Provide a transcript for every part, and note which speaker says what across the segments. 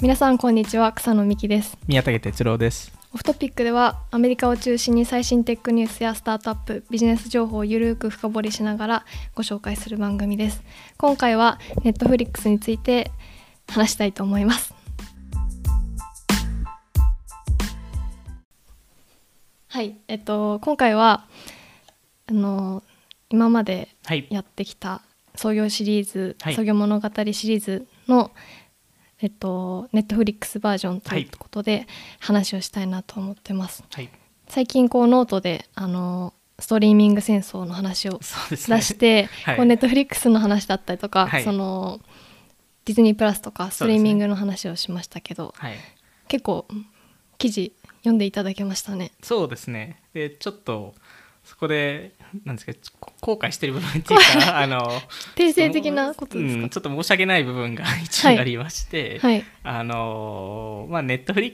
Speaker 1: 皆さんこんにちは草野美希です
Speaker 2: 宮武哲郎です
Speaker 1: オフトピックではアメリカを中心に最新テックニュースやスタートアップビジネス情報をゆるーく深掘りしながらご紹介する番組です今回はネットフリックスについて話したいと思いますはいえっと今回はあの今まで
Speaker 2: はい
Speaker 1: やってきた創業シリーズ、
Speaker 2: はい
Speaker 1: 創業物語シリーズのえっとネットフリックスバージョンと
Speaker 2: はいいう
Speaker 1: ことで話をしたいなと思ってます。
Speaker 2: はい
Speaker 1: 最近こうノートであのストリーミング戦争の話を
Speaker 2: そうですね
Speaker 1: 出して、
Speaker 2: はい
Speaker 1: こうネットフリックスの話だったりとか、
Speaker 2: はい
Speaker 1: そのディズニープラスとかス
Speaker 2: そ
Speaker 1: ト
Speaker 2: うで
Speaker 1: リー
Speaker 2: すね
Speaker 1: ミングの話をしましたけど、
Speaker 2: はい
Speaker 1: 結構記事読んでいただけましたね。
Speaker 2: そうですねでちょっとそこでなんですかちょこ後悔してる部分っていうか あの
Speaker 1: 定性的なことです
Speaker 2: う
Speaker 1: か
Speaker 2: ん、ちょっと申し訳ない部分が一
Speaker 1: はい
Speaker 2: 応ありまして、
Speaker 1: はい
Speaker 2: あのまあネットフリッ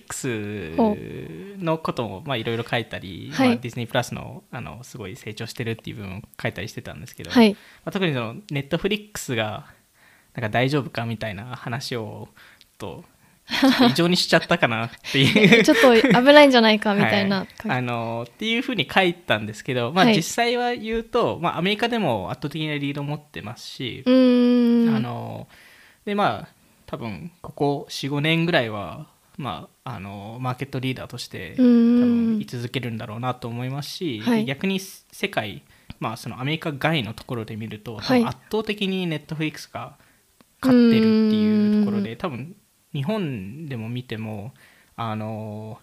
Speaker 2: ク
Speaker 1: ほ
Speaker 2: スのこともまあいろいろ書いたり、
Speaker 1: はい
Speaker 2: まあ、ディズニープラスのあのすごい成長してるっていう部分を書いたりしてたんですけど、
Speaker 1: はい
Speaker 2: まあ、特にそのネットフリックスがなんか大丈夫かみたいな話を ちょっとちょっと異常にしちゃったかなっていう
Speaker 1: ちょっと危ないんじゃないかみたいな、
Speaker 2: はいあのっていうふうに書いたんですけど、まあ、
Speaker 1: はい
Speaker 2: 実際は言うと、まあ、アメリカでも圧倒的なリードを持ってますし、
Speaker 1: うーん
Speaker 2: あのでまあ多分ここ45年ぐらいは、まあ、あのマーケットリーダーとして
Speaker 1: う
Speaker 2: 多
Speaker 1: ん
Speaker 2: 分居続けるんだろうなと思いますし、
Speaker 1: はい
Speaker 2: 逆に世界、まあ、そのアメリカ外のところで見ると、
Speaker 1: はい
Speaker 2: 多分圧倒的にネットフリックスが勝ってるっていうところで多分日本でも見てもあの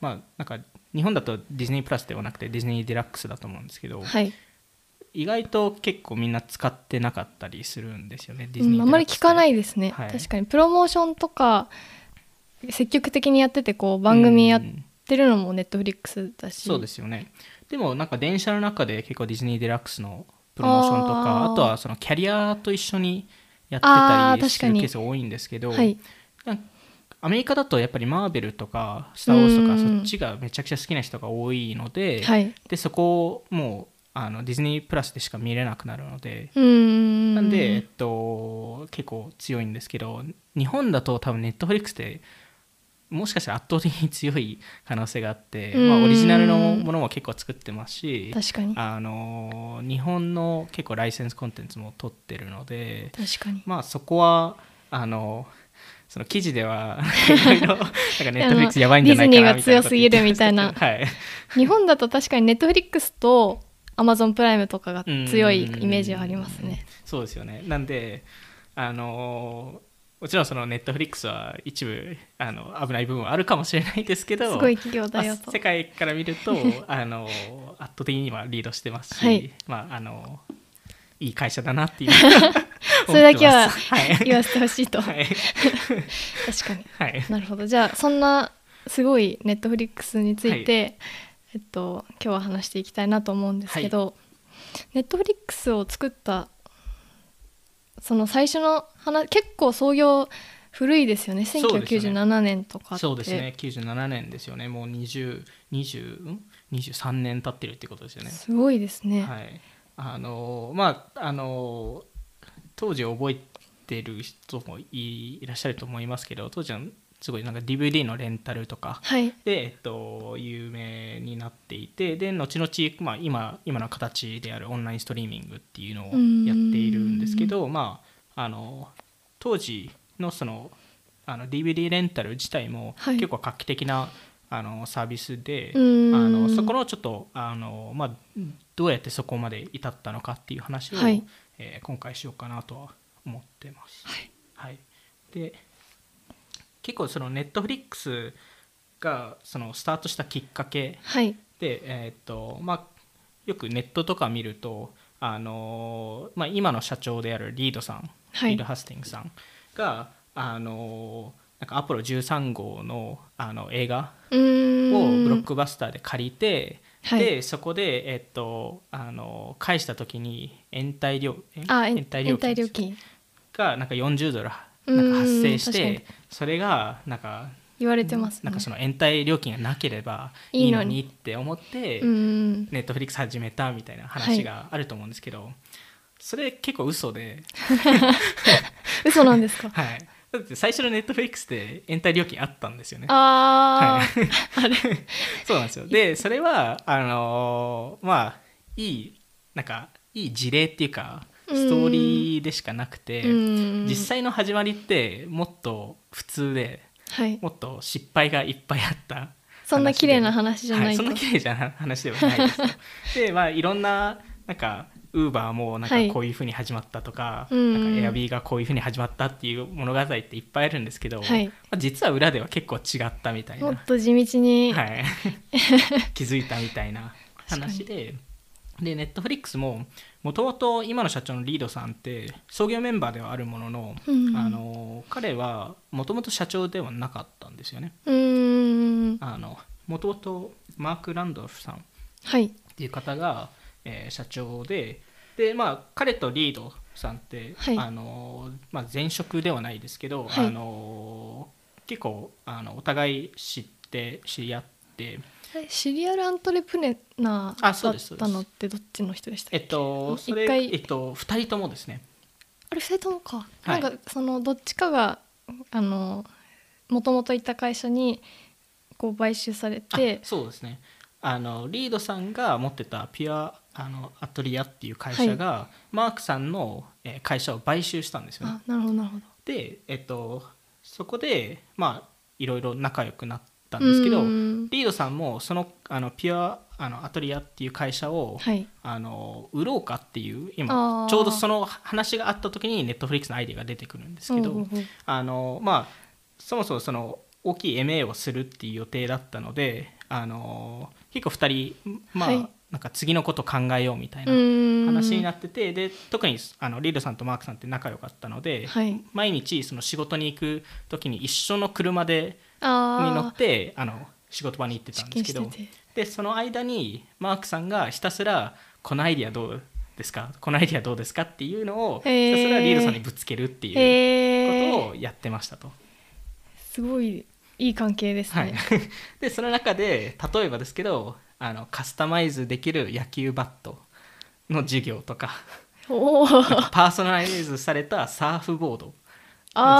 Speaker 2: まあなんか日本だとディズニープラスではなくてディズニーデラックスだと思うんですけど、
Speaker 1: はい、
Speaker 2: 意外と結構みんな使ってなかったりするんですよねディ
Speaker 1: う
Speaker 2: ズニ
Speaker 1: ん、
Speaker 2: ー
Speaker 1: あまり聞かないいですね、
Speaker 2: はい
Speaker 1: 確かにプロモーションとか積極的にやっててこう番組やってるのもネットフリックスだし
Speaker 2: そうですよねでもなんか電車の中で結構ディズニーデラックスのプロモーションとか
Speaker 1: あー
Speaker 2: あとはそのキャリアと一緒にやって
Speaker 1: あ
Speaker 2: た
Speaker 1: ー
Speaker 2: りす
Speaker 1: 確か
Speaker 2: る
Speaker 1: に
Speaker 2: ケースが多いんですけど、
Speaker 1: はい
Speaker 2: なんかアメリカだとやっぱりマーベルとか「スター・ウォーズ」と
Speaker 1: う
Speaker 2: か
Speaker 1: ん
Speaker 2: そっちがめちゃくちゃ好きな人が多いので,、
Speaker 1: はい
Speaker 2: でそこをもうあのディズニープラスでしか見れなくなるので、
Speaker 1: うーん
Speaker 2: なんで、えっと、結構強いんですけど日本だと多分ネットフリックスってもしかしたら圧倒的に強い可能性があって、ま
Speaker 1: う
Speaker 2: あ、
Speaker 1: ん
Speaker 2: オリジナルのものも結構作ってますし
Speaker 1: 確かに確
Speaker 2: あの日本の結構ライセンスコンテンツも取ってるので、
Speaker 1: かに
Speaker 2: まあ、そこはあのその記事では いろいろなんかネットフリックスやばいんじゃないかなみたい
Speaker 1: ディズニーが強
Speaker 2: なこと言ってましたけど
Speaker 1: すぎるみた
Speaker 2: はい、
Speaker 1: 日本だと確かにネットフリックスとアマゾンプライムとかが強いイメージはありますね
Speaker 2: そうですよねなんであのもちろんそのネットフリックスは一部あの危ない部分はあるかもしれないですけど
Speaker 1: すごい企業だよ
Speaker 2: まあ
Speaker 1: と
Speaker 2: 世界から見る とあの圧倒的にはリードしてますし、
Speaker 1: はい
Speaker 2: まあ、あのいい会社だな っていう
Speaker 1: それだけは
Speaker 2: 思ってますはい
Speaker 1: 言わせてほしいと、
Speaker 2: はい
Speaker 1: 確かに
Speaker 2: はい
Speaker 1: なるほどじゃあそんなすごいネットフリックスについて、えっと、今日は話していきたいなと思うんですけど、ネットフリックスを作ったその最初の話結構創業古いですよね
Speaker 2: そうですね
Speaker 1: 1997年とかって
Speaker 2: そうですね97年ですよねもう2020、20ん23年経ってるってことですよね
Speaker 1: すごいですね、
Speaker 2: はい、あのまああの当時覚えてる人もいいらっしゃると思いますけど当時はすごいなんか DVD のレンタルとか
Speaker 1: はい
Speaker 2: で、えっと、有名になっていてで後々、まあ、今今の形であるオンラインストリーミングっていうのをやっているんですけど、まあ、あの当時のそのあの DVD レンタル自体も
Speaker 1: はい
Speaker 2: 結構画期的な、あのサービスで
Speaker 1: うー
Speaker 2: あ
Speaker 1: ん
Speaker 2: のそこのちょっとあの、まあ、どうやってそこまで至ったのかっていう話を、
Speaker 1: はい
Speaker 2: えー今回しようかなとは思ってます。
Speaker 1: はい
Speaker 2: はい、で結構そのネットフリックスがそのスタートしたきっかけ
Speaker 1: はい
Speaker 2: で、えーっとまあ、よくネットとか見ると、あのーまあ、今の社長であるリードさん、
Speaker 1: はい
Speaker 2: リード・ハスティングさんが、あのーなんかアポロ13号のあの映画
Speaker 1: うーん
Speaker 2: をブロックバスターで借りて、
Speaker 1: はい
Speaker 2: でそこで、えーっとあのー返した時に延滞料え
Speaker 1: あ延
Speaker 2: 延滞料
Speaker 1: 滞
Speaker 2: 金
Speaker 1: 料金
Speaker 2: がなんか40ドル
Speaker 1: うん
Speaker 2: なんか発生し
Speaker 1: 確
Speaker 2: てそれがなんか
Speaker 1: 言われてますね
Speaker 2: なんかその延滞料金がなければ
Speaker 1: い
Speaker 2: い
Speaker 1: い
Speaker 2: い
Speaker 1: の
Speaker 2: の
Speaker 1: に
Speaker 2: にって思って
Speaker 1: うーん
Speaker 2: ネットフリックス始めたみたいな話があると思うんですけどそれ結構嘘で
Speaker 1: 嘘なんですか
Speaker 2: はいだって最初のネットフリックスって延滞料金あったんですよね。
Speaker 1: あー、あれ
Speaker 2: そうなんですよでそれはあのーまあいいなんかいい事例っていうか
Speaker 1: うん
Speaker 2: ストーリーでしかなくて
Speaker 1: うん
Speaker 2: 実際の始まりってもっと普通で
Speaker 1: はい
Speaker 2: もっと失敗がいっぱいあった
Speaker 1: そんな綺麗な話じゃ
Speaker 2: は、
Speaker 1: ないい
Speaker 2: そ
Speaker 1: と、
Speaker 2: んな綺麗じゃな話ではない ですよでまあいろんななんかウーバーもなんか
Speaker 1: はい
Speaker 2: こういうふうに始まったとか,、
Speaker 1: うん
Speaker 2: なんかエアビーがこういうふうに始まったっていう物語っていっぱいあるんですけど、
Speaker 1: はい
Speaker 2: まあ、実は裏では結構違ったみたいな、
Speaker 1: も
Speaker 2: は
Speaker 1: っと地道に、
Speaker 2: い、気づいたみたいな話ででネットフリックスももともと今の社長のリードさんって創業メンバーではあるものの、
Speaker 1: うん
Speaker 2: あの彼はもともと社長ではなかったんですよね。
Speaker 1: うーん
Speaker 2: あの元々マーク・ランドルフさん
Speaker 1: はい
Speaker 2: っていう方が、えー社長でで、まあ、彼とリードさんって、
Speaker 1: はい
Speaker 2: あのーまあ、前職ではないですけど、
Speaker 1: はい
Speaker 2: あのー結構あのお互い知って知り合って
Speaker 1: えシリアルアントレプレナーだ
Speaker 2: あそうです
Speaker 1: ったのってどっちの人でしたっけ
Speaker 2: えっとそ
Speaker 1: 一
Speaker 2: れ
Speaker 1: 回
Speaker 2: えっと、2人ともですね
Speaker 1: あれ2人ともか、
Speaker 2: はい
Speaker 1: なんかそのどっちかがあのもともといた会社にこう買収され
Speaker 2: あ
Speaker 1: て
Speaker 2: そうですねあのリードさんが持ってたピュアあのアトリアっていう会社が、マークさんのえー会社を買収したんですよね
Speaker 1: あなるほどなるほど
Speaker 2: で、えっと、そこでまあいろいろ仲良くなったんですけ
Speaker 1: う
Speaker 2: ど、
Speaker 1: ん
Speaker 2: リードさんもそのあのピュアあのアトリアっていう会社を、
Speaker 1: はい
Speaker 2: あの売ろうかっていう
Speaker 1: あ
Speaker 2: 今
Speaker 1: ー
Speaker 2: ちょうどその話があった時にネットフリックスのアイデアが出てくるんですけ
Speaker 1: ほう
Speaker 2: ど
Speaker 1: ほうほう
Speaker 2: あの、まあ、そもそもその大きい MA をするっていう予定だったのであの結構2人、まあ
Speaker 1: はい
Speaker 2: なんか次のこと考えようみたいな話
Speaker 1: 話
Speaker 2: になっててで特にあのリードさんとマークさんって仲良かったので、
Speaker 1: はい
Speaker 2: 毎日その仕事に行く時に一緒の車でに乗
Speaker 1: あ
Speaker 2: っ
Speaker 1: あ
Speaker 2: てあの仕事場に行ってたんですけどでその間にマークさんがひたすら「このアイディアどうですかこのアイディアどうですか?」っていうのをひた
Speaker 1: へー
Speaker 2: すらリードさんにぶつけるっていうこ
Speaker 1: え
Speaker 2: とをやってましたと。
Speaker 1: すごいいい関係です
Speaker 2: はい
Speaker 1: ね、
Speaker 2: でその中で例えばですけどあのカスタマイズできる野球バットの授業 とか
Speaker 1: お お
Speaker 2: なんかパーソナライズされたサーフボード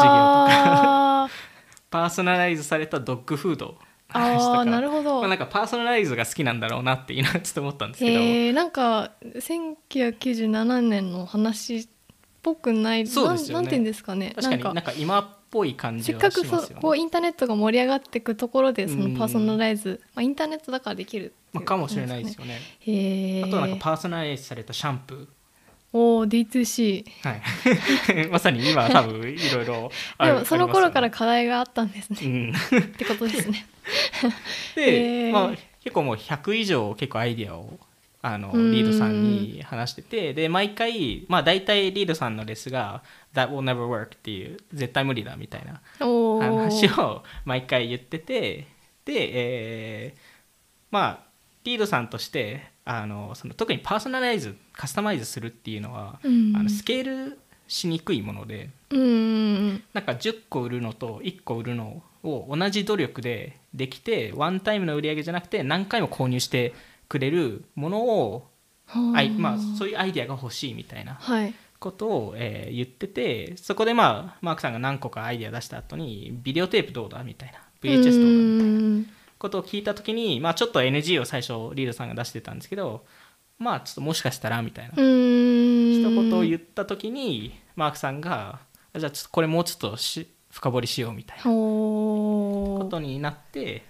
Speaker 1: あー
Speaker 2: パーソナライズされたドッグフードの 話と
Speaker 1: あ
Speaker 2: か
Speaker 1: ーなるほど、
Speaker 2: まあ、なんかパーソナライズが好きなんだろうなっていうのはちょっと思ったんですけ
Speaker 1: へえなんか1997年の話っぽくない
Speaker 2: そうですよね
Speaker 1: なんなんて言うんですかね
Speaker 2: ど確かに
Speaker 1: な
Speaker 2: なんんか今っぽい感
Speaker 1: せ
Speaker 2: じ
Speaker 1: っ
Speaker 2: は
Speaker 1: か
Speaker 2: し
Speaker 1: く
Speaker 2: ま
Speaker 1: そ
Speaker 2: すよ
Speaker 1: こう
Speaker 2: ね。
Speaker 1: インターネットが盛り上がっていくところでそのパーソナライズ、まあ、インターネットだからできる
Speaker 2: まあ、かもしれないです
Speaker 1: よ
Speaker 2: よね。
Speaker 1: へえ
Speaker 2: あとはなんかパーソナライズされたシャンプ
Speaker 1: おお D2C
Speaker 2: ー、 はい、まさに今多分いろいろあ
Speaker 1: で
Speaker 2: る
Speaker 1: もその頃か
Speaker 2: あ
Speaker 1: ら
Speaker 2: り
Speaker 1: 課題があったんですね
Speaker 2: ますよね、うん、
Speaker 1: ってことです ね
Speaker 2: で、
Speaker 1: へー
Speaker 2: まあ、結構もう100以上結構アイディアをあの
Speaker 1: うん
Speaker 2: リードさんに話しててで毎回、まあ、大体リードさんのレスが「That will never work」っていう絶対無理だみたいな
Speaker 1: おお
Speaker 2: 話を毎回言っててで、えーまあリードさんとしてあのその特にパーソナライズカスタマイズするっていうのは、
Speaker 1: うん
Speaker 2: あのスケールしにくいもので
Speaker 1: うんうん
Speaker 2: なんか10個売るのと1個売るのを同じ努力でできてワンタイムの売り上げじゃなくて何回も購入してくれるものを
Speaker 1: うん
Speaker 2: あいまあ、そう
Speaker 1: いう
Speaker 2: いうアイディアが欲しいみたいな
Speaker 1: はい
Speaker 2: ことを、えー言っててそこで、まあ、マークさんが何個かアイディア出した後にビデオテープどうだみたいな VHS どうだみたいな
Speaker 1: うん
Speaker 2: ことを聞いた時に、まあ、ちょっと NG を最初リードさんが出してたんですけどまあちょっともしかしたらみたいな
Speaker 1: 一
Speaker 2: 一言を言った時にマークさんがあじゃあちょっとこれもうちょっとし深掘りしようみたいな
Speaker 1: お
Speaker 2: こ
Speaker 1: ー
Speaker 2: とになって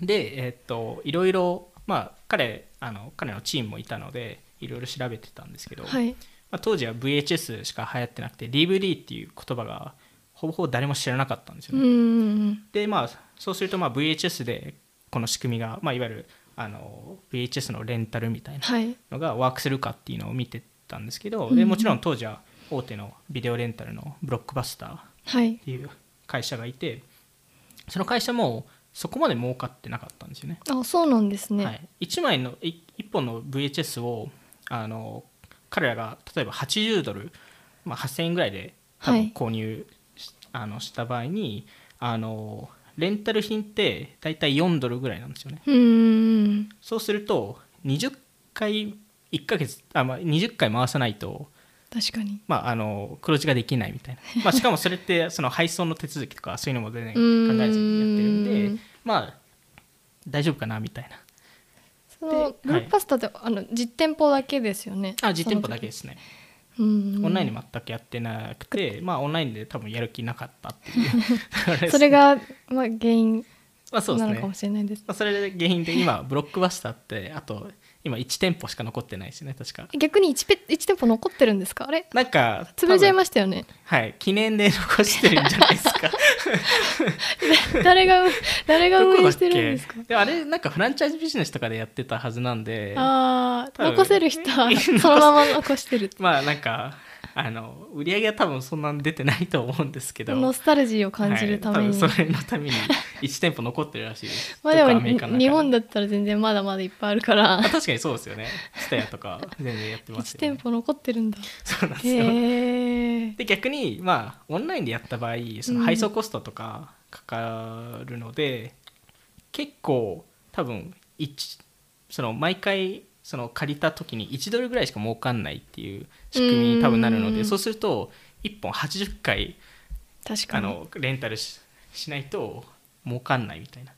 Speaker 2: でえーっといろいろまあ彼あの彼のチームもいたのでいろいろ調べてたんですけど、
Speaker 1: はい
Speaker 2: まあ、当時は VHS しか流行ってなくて DVD っていう言葉がほぼほぼ誰も知らなかったんですよ
Speaker 1: う
Speaker 2: ね。
Speaker 1: ん
Speaker 2: でまあそうするとまあ VHS でこの仕組みが、まあ、いわゆるあの VHS のレンタルみたいな
Speaker 1: はい
Speaker 2: のがワークするかっていうのを見てたんですけど、
Speaker 1: うん
Speaker 2: でもちろん当時は大手のビデオレンタルのブロックバスターっ
Speaker 1: はい
Speaker 2: ていう会社がいてその会社もそこまで儲かってなかったんですよね。
Speaker 1: あそうなんですね、
Speaker 2: はい、1枚のい1本の VHS をあの彼らが例えば80ドル、まあ、8000円ぐらいで多
Speaker 1: は
Speaker 2: 分
Speaker 1: い
Speaker 2: 購入し,、あのした場合にあのレンタル品って大体4ドルぐらいなんですよね。
Speaker 1: うーん
Speaker 2: そうすると20回1ヶ月あ、まあ、20回回さないと
Speaker 1: 確かに
Speaker 2: まあ、あの黒字ができないみたいな、まあ、しかもそれって その配送の手続きとかそういうのも全然考えずにやってるんで
Speaker 1: うん
Speaker 2: まあ大丈夫かなみたいな
Speaker 1: そのブロックパスタって、あの実店舗だけですよね
Speaker 2: あ実店舗だけですね
Speaker 1: その時うん
Speaker 2: オンラインで全くやってなくて、まあオンラインで多分やる気なかったっていうあです
Speaker 1: それが、まあ、原因
Speaker 2: まあそうです
Speaker 1: なの
Speaker 2: ね
Speaker 1: かもしれないです
Speaker 2: まあ、それが原因で今ブロックバスターってあと今1店舗しか残ってないですね確か
Speaker 1: 逆に 1, ペ1店舗残ってるんですかあれ
Speaker 2: なんか
Speaker 1: 潰れちゃい
Speaker 2: す
Speaker 1: ましたよね
Speaker 2: はい記念で残してるんじゃないです か
Speaker 1: 誰が誰が
Speaker 2: ど
Speaker 1: 運
Speaker 2: こだ
Speaker 1: 営
Speaker 2: っ
Speaker 1: してるんですか
Speaker 2: けであれなんかフランチャイズビジネスとかでやってたはずなんで
Speaker 1: ああ
Speaker 2: 多分
Speaker 1: 残せる人は そのまま残してる
Speaker 2: まあなんかあの売り上げは多分そんなに出てないと思うんですけど
Speaker 1: ノスタルジーを感じるため
Speaker 2: はい
Speaker 1: に、
Speaker 2: 多分それのために1店舗残ってるらしいで す
Speaker 1: まあで
Speaker 2: どっ
Speaker 1: も
Speaker 2: かアメリカの中に
Speaker 1: 日本だったら全然まだまだいっぱいあるから
Speaker 2: あ確かにそうですよね。スタヤとか全然やってます
Speaker 1: 1
Speaker 2: よ、ね。
Speaker 1: 店舗残ってるんだ
Speaker 2: そうなんですよ。
Speaker 1: へえ
Speaker 2: で逆にまあオンラインでやった場合その
Speaker 1: うん
Speaker 2: 配送コストとかかかるので、結構多分一その毎回その借りた時に1ドルぐらいしか儲かんないっていう仕組みに多分なるの
Speaker 1: う
Speaker 2: で
Speaker 1: ん
Speaker 2: そうすると1本80回
Speaker 1: 確か
Speaker 2: あ
Speaker 1: に
Speaker 2: のレンタルししないと儲かんないみたいな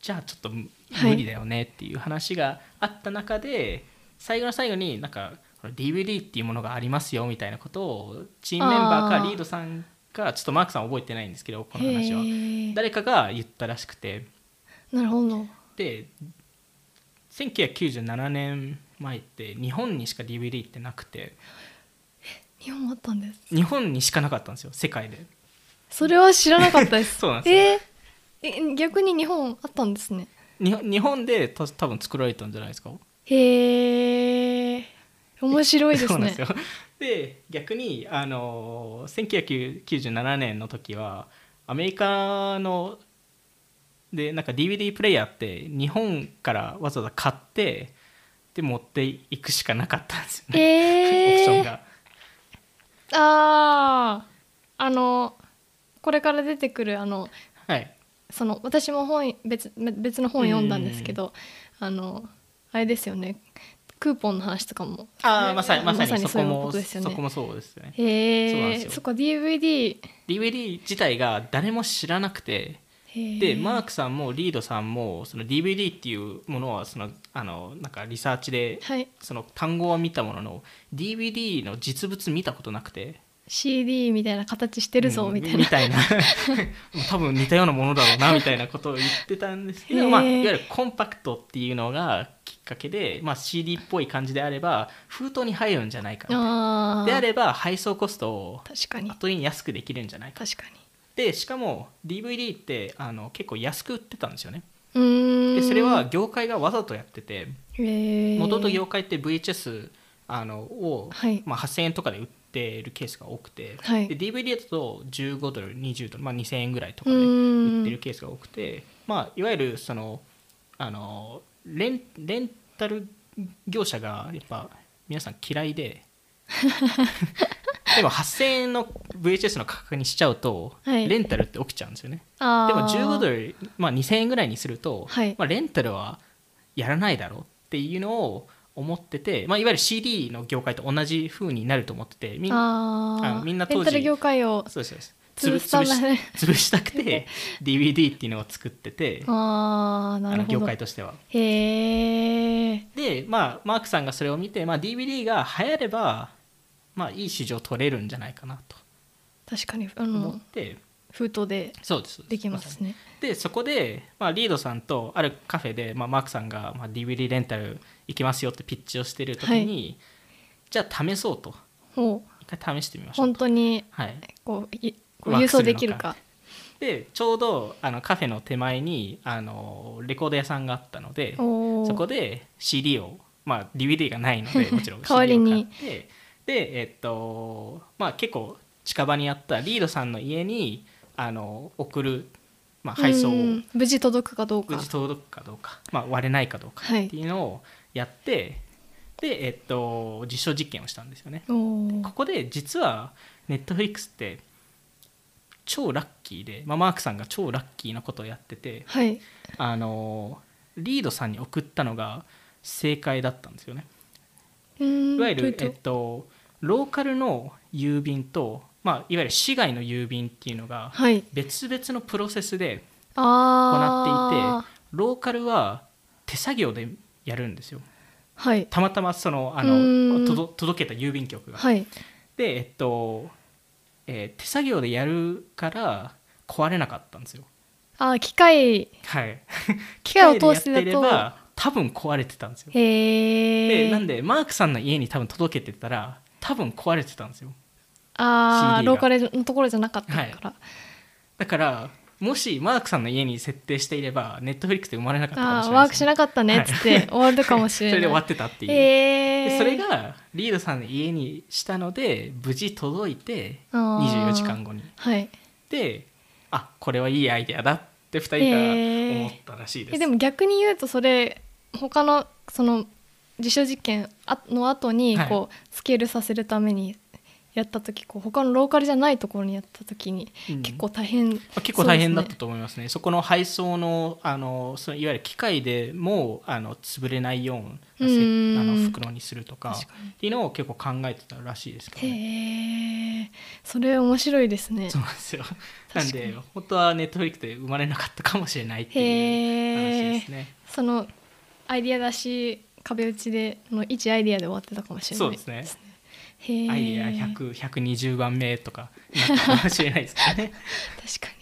Speaker 2: じゃあちょっとむ
Speaker 1: はい
Speaker 2: 無理だよねっていう話があった中で、最後の最後になんかこの DVD っていうものがありますよみたいなことをチームメンバー
Speaker 1: あ
Speaker 2: か
Speaker 1: ー
Speaker 2: リードさんかちょっとマークさん覚えてないんですけどこの話は
Speaker 1: へえ
Speaker 2: 誰かが言ったらしくて
Speaker 1: なるほど
Speaker 2: で1997年前って日本にしか DVD ってなくて
Speaker 1: 日本もあったんです
Speaker 2: 日本にしかなかったんですよ世界で
Speaker 1: それは知らなかったです
Speaker 2: そうなんですよ
Speaker 1: えーえ逆に日本あったんですね
Speaker 2: に日本でた多分作られたんじゃないですか
Speaker 1: へえ面白いで
Speaker 2: そ
Speaker 1: す
Speaker 2: うなん
Speaker 1: ね
Speaker 2: ですよで逆にあの1997年の時はアメリカのでなんか DVD プレイヤーって日本からわざわざ買ってで持っていくしかなかったんですよね、 オプショ
Speaker 1: え
Speaker 2: ン
Speaker 1: ー、
Speaker 2: が
Speaker 1: あああのこれから出てくるあの
Speaker 2: はい
Speaker 1: その私も本別別の本読んだんですけど、あのあれですよねクーポンの話とかも
Speaker 2: あーまさにまさ
Speaker 1: まさ
Speaker 2: に
Speaker 1: に
Speaker 2: そ
Speaker 1: そ
Speaker 2: こ
Speaker 1: ういうこ
Speaker 2: も
Speaker 1: とですよね
Speaker 2: そこもそうですねそうなん
Speaker 1: へ
Speaker 2: です
Speaker 1: え
Speaker 2: よ
Speaker 1: そっか DVD
Speaker 2: DVD 自体が誰も知らなくて
Speaker 1: へー
Speaker 2: でマークさんもリードさんもその DVD っていうものはそのあのなんかリサーチで
Speaker 1: はい
Speaker 2: その単語は見たものの DVD の実物見たことなくて
Speaker 1: CD みたいな形してるぞ
Speaker 2: うん
Speaker 1: みたいな、
Speaker 2: みたいな多分似たようなものだろうなみたいなことを言ってたんですけ
Speaker 1: へ
Speaker 2: ど、
Speaker 1: ー
Speaker 2: まあ、いわゆるコンパクトっていうのがきっかけで、まあ、CD っぽい感じであれば封筒に入るんじゃないか
Speaker 1: あ
Speaker 2: な
Speaker 1: ー
Speaker 2: であれば配送コストを
Speaker 1: 確かに
Speaker 2: 後に安くできるんじゃないか
Speaker 1: 確かに
Speaker 2: でしかも DVD ってあの結構安く売ってたんですよね
Speaker 1: うーん
Speaker 2: でそれは業界がわざとやってて
Speaker 1: へえ
Speaker 2: 元々業界って VHS あのを、
Speaker 1: はい
Speaker 2: まあ、8000円とかで売ってるケースが多くて、
Speaker 1: はい
Speaker 2: で DVD だと15ドル20ドル、まあ、2000円ぐらいとか
Speaker 1: う
Speaker 2: で
Speaker 1: ーん
Speaker 2: 売ってるケースが多くて、まあ、いわゆるそのあのレンレンタル業者がやっぱ皆さん嫌 いででも8000円の VHS の価格にしちゃうと、
Speaker 1: はい
Speaker 2: レンタルって起きちゃうんですよね。
Speaker 1: あ
Speaker 2: で
Speaker 1: ー
Speaker 2: も15ドル、まあ、2000円ぐらいにすると、
Speaker 1: はい
Speaker 2: まあ、レンタルはやらないだろうっていうのを思ってて、まあ、いわゆる CD の業界と同じ風になると思っててみん
Speaker 1: あ
Speaker 2: あ
Speaker 1: ー
Speaker 2: のみんな当時
Speaker 1: レンタル業界を
Speaker 2: そうですそうです
Speaker 1: 潰
Speaker 2: 潰
Speaker 1: したん
Speaker 2: し
Speaker 1: だね
Speaker 2: 潰した くて DVD っていうのを作ってて
Speaker 1: ああな
Speaker 2: あ
Speaker 1: る
Speaker 2: の
Speaker 1: ほど
Speaker 2: 業界としては。
Speaker 1: へえ
Speaker 2: で、まあ、マークさんがそれを見て、まあ、DVD が流行れば、まあ、いい市場取れるんじゃないかなと
Speaker 1: 確かにあ
Speaker 2: 思っ
Speaker 1: の
Speaker 2: て、
Speaker 1: 封筒で
Speaker 2: そうですそうです
Speaker 1: できますね
Speaker 2: でそこで、まあ、リードさんとあるカフェで、まあ、マークさんが、まあ、DVD レンタル行きますよってピッチをしてる時に、
Speaker 1: は
Speaker 2: じゃあ試そうと
Speaker 1: もう
Speaker 2: 一回試してみましょう
Speaker 1: 本
Speaker 2: と、
Speaker 1: 当に
Speaker 2: はい、
Speaker 1: こういこう
Speaker 2: ワ
Speaker 1: 郵
Speaker 2: ークす
Speaker 1: 送
Speaker 2: るのか
Speaker 1: できるか
Speaker 2: でちょうどあのカフェの手前にあのレコード屋さんがあったので
Speaker 1: おー
Speaker 2: そこで CD を、まあ、DVD がない のでもちろん CD
Speaker 1: 代わり
Speaker 2: を買
Speaker 1: に
Speaker 2: ってで、えっとまあ、結構近場にあったリードさんの家にあの送る、まあ、配送を
Speaker 1: うん無事届くかどう
Speaker 2: 無
Speaker 1: か
Speaker 2: 事届くかどうか、まあ、割れないかどうか
Speaker 1: はい
Speaker 2: っていうのをやって、で、えっと、実証実験をしたんですよね。
Speaker 1: おー
Speaker 2: ここで実はネットフリックスって超ラッキーで、まあ、マークさんが超ラッキーなことをやってて
Speaker 1: はい
Speaker 2: あのリードさんに送ったのが正解だったんですよね。
Speaker 1: い
Speaker 2: いわゆる、
Speaker 1: と
Speaker 2: えっと、ローカルの郵便と、まあ、いわゆる市外の郵便っていうのが
Speaker 1: はい
Speaker 2: 別々のプロセスで行っていて
Speaker 1: ああ
Speaker 2: ローカルは手作業でやるんですよ
Speaker 1: はい
Speaker 2: たまたまそのあ
Speaker 1: うーん
Speaker 2: のとど届けた郵便局が。
Speaker 1: はい
Speaker 2: でえっと、えー手作業でやるから壊れなかったんですよ。
Speaker 1: あー機械
Speaker 2: はい、
Speaker 1: 機械を通して
Speaker 2: やって
Speaker 1: だ
Speaker 2: いれ
Speaker 1: と
Speaker 2: ば多分壊れてたんですよ。
Speaker 1: へ
Speaker 2: で
Speaker 1: え
Speaker 2: なんでマークさんの家に多分届けてたら多分壊れてたんですよ。
Speaker 1: ああ
Speaker 2: CD が
Speaker 1: ローカルのところじゃなかったから、
Speaker 2: だからもしマークさんの家に設定していればネットフリックスで生まれなかったか
Speaker 1: あ
Speaker 2: も
Speaker 1: あ
Speaker 2: し
Speaker 1: ー
Speaker 2: れな
Speaker 1: ワー
Speaker 2: いで
Speaker 1: ク
Speaker 2: す
Speaker 1: し
Speaker 2: ね、
Speaker 1: なかったねっつって終わるかもし
Speaker 2: そ
Speaker 1: れ
Speaker 2: れ
Speaker 1: な
Speaker 2: で
Speaker 1: い
Speaker 2: 終わってたっていう。
Speaker 1: へ
Speaker 2: で
Speaker 1: え
Speaker 2: それがリードさんの家にしたので無事届いて
Speaker 1: あー
Speaker 2: 24時間後に。
Speaker 1: はい
Speaker 2: であこれはいいアイデアだって2人が思ったらしいです。
Speaker 1: えでも逆に言うとそれ他のその実証実験あの後に
Speaker 2: はい
Speaker 1: こう、スケールさせるためにやった時こう他のローカルじゃないところにやった時に
Speaker 2: うん
Speaker 1: 結構大変、
Speaker 2: まあ結構大変だったと思いますね、そこの配送のあのそのいわゆる機械でもあの潰れないようなせ
Speaker 1: うーん
Speaker 2: あの袋にするとか
Speaker 1: 確かに
Speaker 2: っていうのを結構考えてたらしいですけど、ね、
Speaker 1: へえそれ面白いですね
Speaker 2: そうなんですよ
Speaker 1: か
Speaker 2: な
Speaker 1: に
Speaker 2: んで本当はネットフリックで生まれなかったかもしれないっていう話
Speaker 1: へ
Speaker 2: で
Speaker 1: え
Speaker 2: すね
Speaker 1: そのアイディア出し壁打ちでの一アイディアで終わってたかもしれない
Speaker 2: そうですね
Speaker 1: へえ
Speaker 2: アイデア100 120番目とかになったかもしれないですけどね
Speaker 1: 確か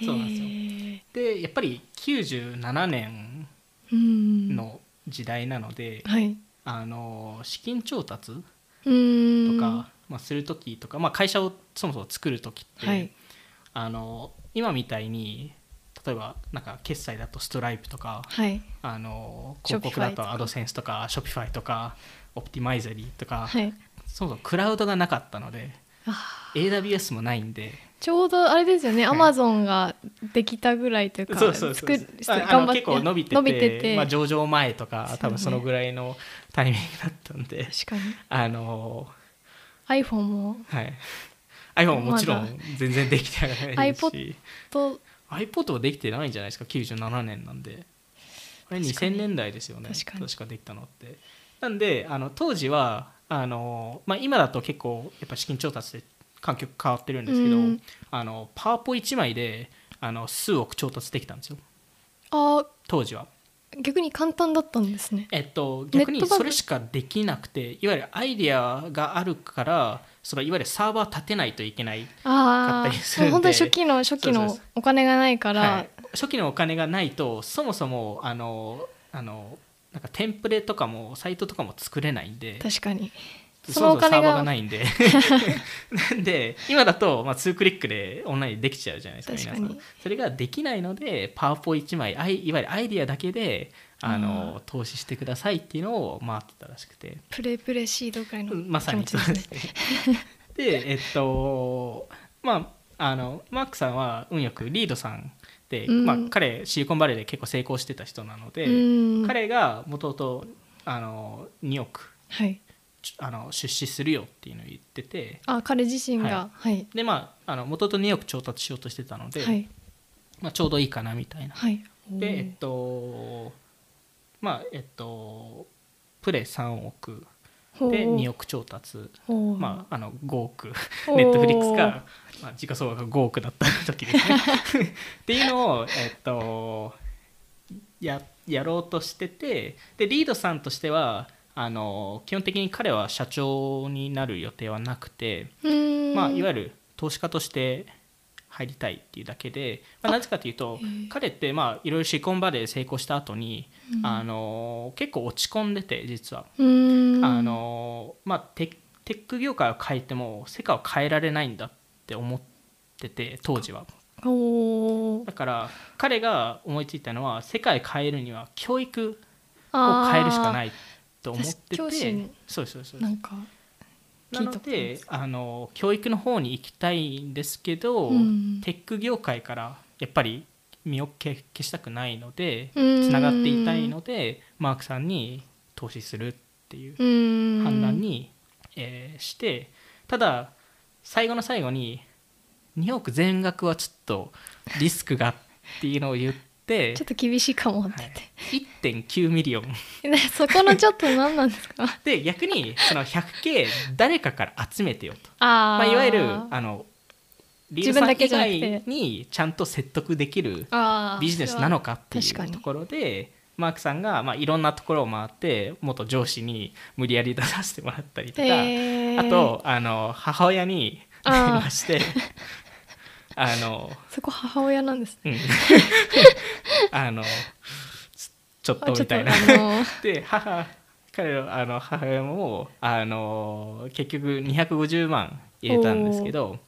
Speaker 1: に
Speaker 2: そうなんですよ
Speaker 1: へえ
Speaker 2: でやっぱり97年
Speaker 1: うん
Speaker 2: の時代なので、
Speaker 1: はい
Speaker 2: あの資金調達
Speaker 1: うー
Speaker 2: と
Speaker 1: ん
Speaker 2: か、まあ、する時とか、まあ、会社をそもそも作る時って、
Speaker 1: はい
Speaker 2: あの今みたいに例えばなんか決済だとストライプとか
Speaker 1: はい
Speaker 2: あの
Speaker 1: Shopify
Speaker 2: 広告だとアドセンスとかショピファイとかオプティマイゼリーとか、
Speaker 1: はい
Speaker 2: そもそもクラウドがなかったので
Speaker 1: あ
Speaker 2: AWS もないんで
Speaker 1: ちょうどあれですよね、ア
Speaker 2: はい
Speaker 1: マゾンができたぐらいというか、
Speaker 2: そうそうそ
Speaker 1: 作
Speaker 2: う
Speaker 1: り
Speaker 2: ああの
Speaker 1: 頑張って
Speaker 2: 結構伸びてて
Speaker 1: 伸びてて
Speaker 2: まあ、上場前とか多分
Speaker 1: そ
Speaker 2: そう
Speaker 1: ね
Speaker 2: のぐらいのタイミングだったんで
Speaker 1: 確かに
Speaker 2: あの
Speaker 1: iPhone も
Speaker 2: はい、iPhone ももちろ
Speaker 1: まだ
Speaker 2: ん全然できてないし
Speaker 1: iPod と
Speaker 2: iPod はできてないんじゃないですか97年なんであれ
Speaker 1: 確かに
Speaker 2: 2000年代ですよね
Speaker 1: 確かに
Speaker 2: できたのってなんであの当時はあの、まあ、今だと結構やっぱ資金調達で環境変わってるんですけど、
Speaker 1: うん
Speaker 2: あのパワポ1枚であの数億調達できたんですよ
Speaker 1: あ
Speaker 2: 当時は
Speaker 1: ー逆に簡単だったんですね
Speaker 2: えっと逆
Speaker 1: ネ
Speaker 2: に
Speaker 1: ットバンク
Speaker 2: それしかできなくていわゆるアイデアがあるからそのいわゆるサーバー立てないといけない
Speaker 1: あ
Speaker 2: 買ったりす
Speaker 1: あ
Speaker 2: るんで
Speaker 1: 本当に初期の初期
Speaker 2: そうそう
Speaker 1: の
Speaker 2: そ
Speaker 1: お金がないから、
Speaker 2: はい、初期のお金がないとそもそもあのあのなんかテンプレとかもサイトとかも作れないんで
Speaker 1: 確かに
Speaker 2: そもそもサーバ
Speaker 1: その
Speaker 2: ー
Speaker 1: お金が
Speaker 2: がないんでなん で今だと、まあ、2クリックでオンラインできちゃうじゃないです
Speaker 1: 確
Speaker 2: か
Speaker 1: かに
Speaker 2: 皆さんそれができないのでパワポ1枚アイいわゆるアイディアだけであの投資してくださいっていうのを回ってたらしくて
Speaker 1: プレプレシードぐらいの
Speaker 2: まさに
Speaker 1: 気
Speaker 2: そう
Speaker 1: 持ち
Speaker 2: で
Speaker 1: です
Speaker 2: すね。 でえっとまああのマークさんは運よくリードさんで、
Speaker 1: うん
Speaker 2: まあ、彼シリコンバレーで結構成功してた人なので、
Speaker 1: うん
Speaker 2: 彼がもともとあの2億
Speaker 1: はい
Speaker 2: ちあの出資するよっていうのを言ってて
Speaker 1: あ彼自身がはい
Speaker 2: でまああの元々2億調達しようとしてたので、
Speaker 1: はい
Speaker 2: まあ、ちょうどいいかなみたいな。
Speaker 1: はいおー
Speaker 2: でえっとまあえっとプレ3億で2億調達
Speaker 1: おー
Speaker 2: まあ、あの5億
Speaker 1: おー
Speaker 2: ネットフリックスが、まあ、時価総額が5億だった時ですね。 っていうのを、えっと、ややろうとしててでリードさんとしてはあの基本的に彼は社長になる予定はなくて、
Speaker 1: うーん
Speaker 2: まあ、いわゆ
Speaker 1: る
Speaker 2: る投資家として入りたいっていうだけで、まあ、なぜかというと彼ってまあいろいろシリコンバレーで成功した後に、
Speaker 1: うん
Speaker 2: あの結構落ち込んでて実は。
Speaker 1: うーん
Speaker 2: あのまあ、テッテック業界を変えても世界を変えられないんだって思ってて当時は
Speaker 1: おー
Speaker 2: だから彼が思いついたのは世界変えるには教育
Speaker 1: あ
Speaker 2: を
Speaker 1: ー
Speaker 2: 変えるしかないと思ってて
Speaker 1: あー確かに教師に
Speaker 2: そうですそうですそうで
Speaker 1: な
Speaker 2: す
Speaker 1: んか
Speaker 2: な
Speaker 1: 聞い
Speaker 2: の
Speaker 1: たことありま
Speaker 2: ですあの教育の方に行きたいんですけど、
Speaker 1: うん
Speaker 2: テック業界からやっぱり身を消消したくないので
Speaker 1: うーん
Speaker 2: つながっていたいのでマークさんに投資するっていう
Speaker 1: うーん
Speaker 2: 判断に、えーしてただ最後の最後に2億全額はちょっとリスクがっていうのを言って て
Speaker 1: ちょっと厳しいかもって言っ
Speaker 2: 1.9ミリオン
Speaker 1: て、ねそこのちょっと何なんです か
Speaker 2: で逆にその 100K 誰かから集めてよと、
Speaker 1: あー、
Speaker 2: まあ、いわゆるあのリー
Speaker 1: 自分
Speaker 2: ドさん
Speaker 1: だけ
Speaker 2: 以
Speaker 1: じゃなくて
Speaker 2: 外にちゃんと説得できる
Speaker 1: あー
Speaker 2: ビジネスなのかってい
Speaker 1: 確か
Speaker 2: う
Speaker 1: に
Speaker 2: ところでマークさんが、まあ、いろんなところを回って元上司に無理やり出させてもらったりとか、
Speaker 1: へー
Speaker 2: あとあの母親に
Speaker 1: あ
Speaker 2: 電
Speaker 1: ー
Speaker 2: 話して あの、
Speaker 1: そこ母親なんですね
Speaker 2: うん、あのちちょっ
Speaker 1: あ
Speaker 2: とみたいな
Speaker 1: あ。の
Speaker 2: で母彼のあの母親もあの結局250万入れたんですけど、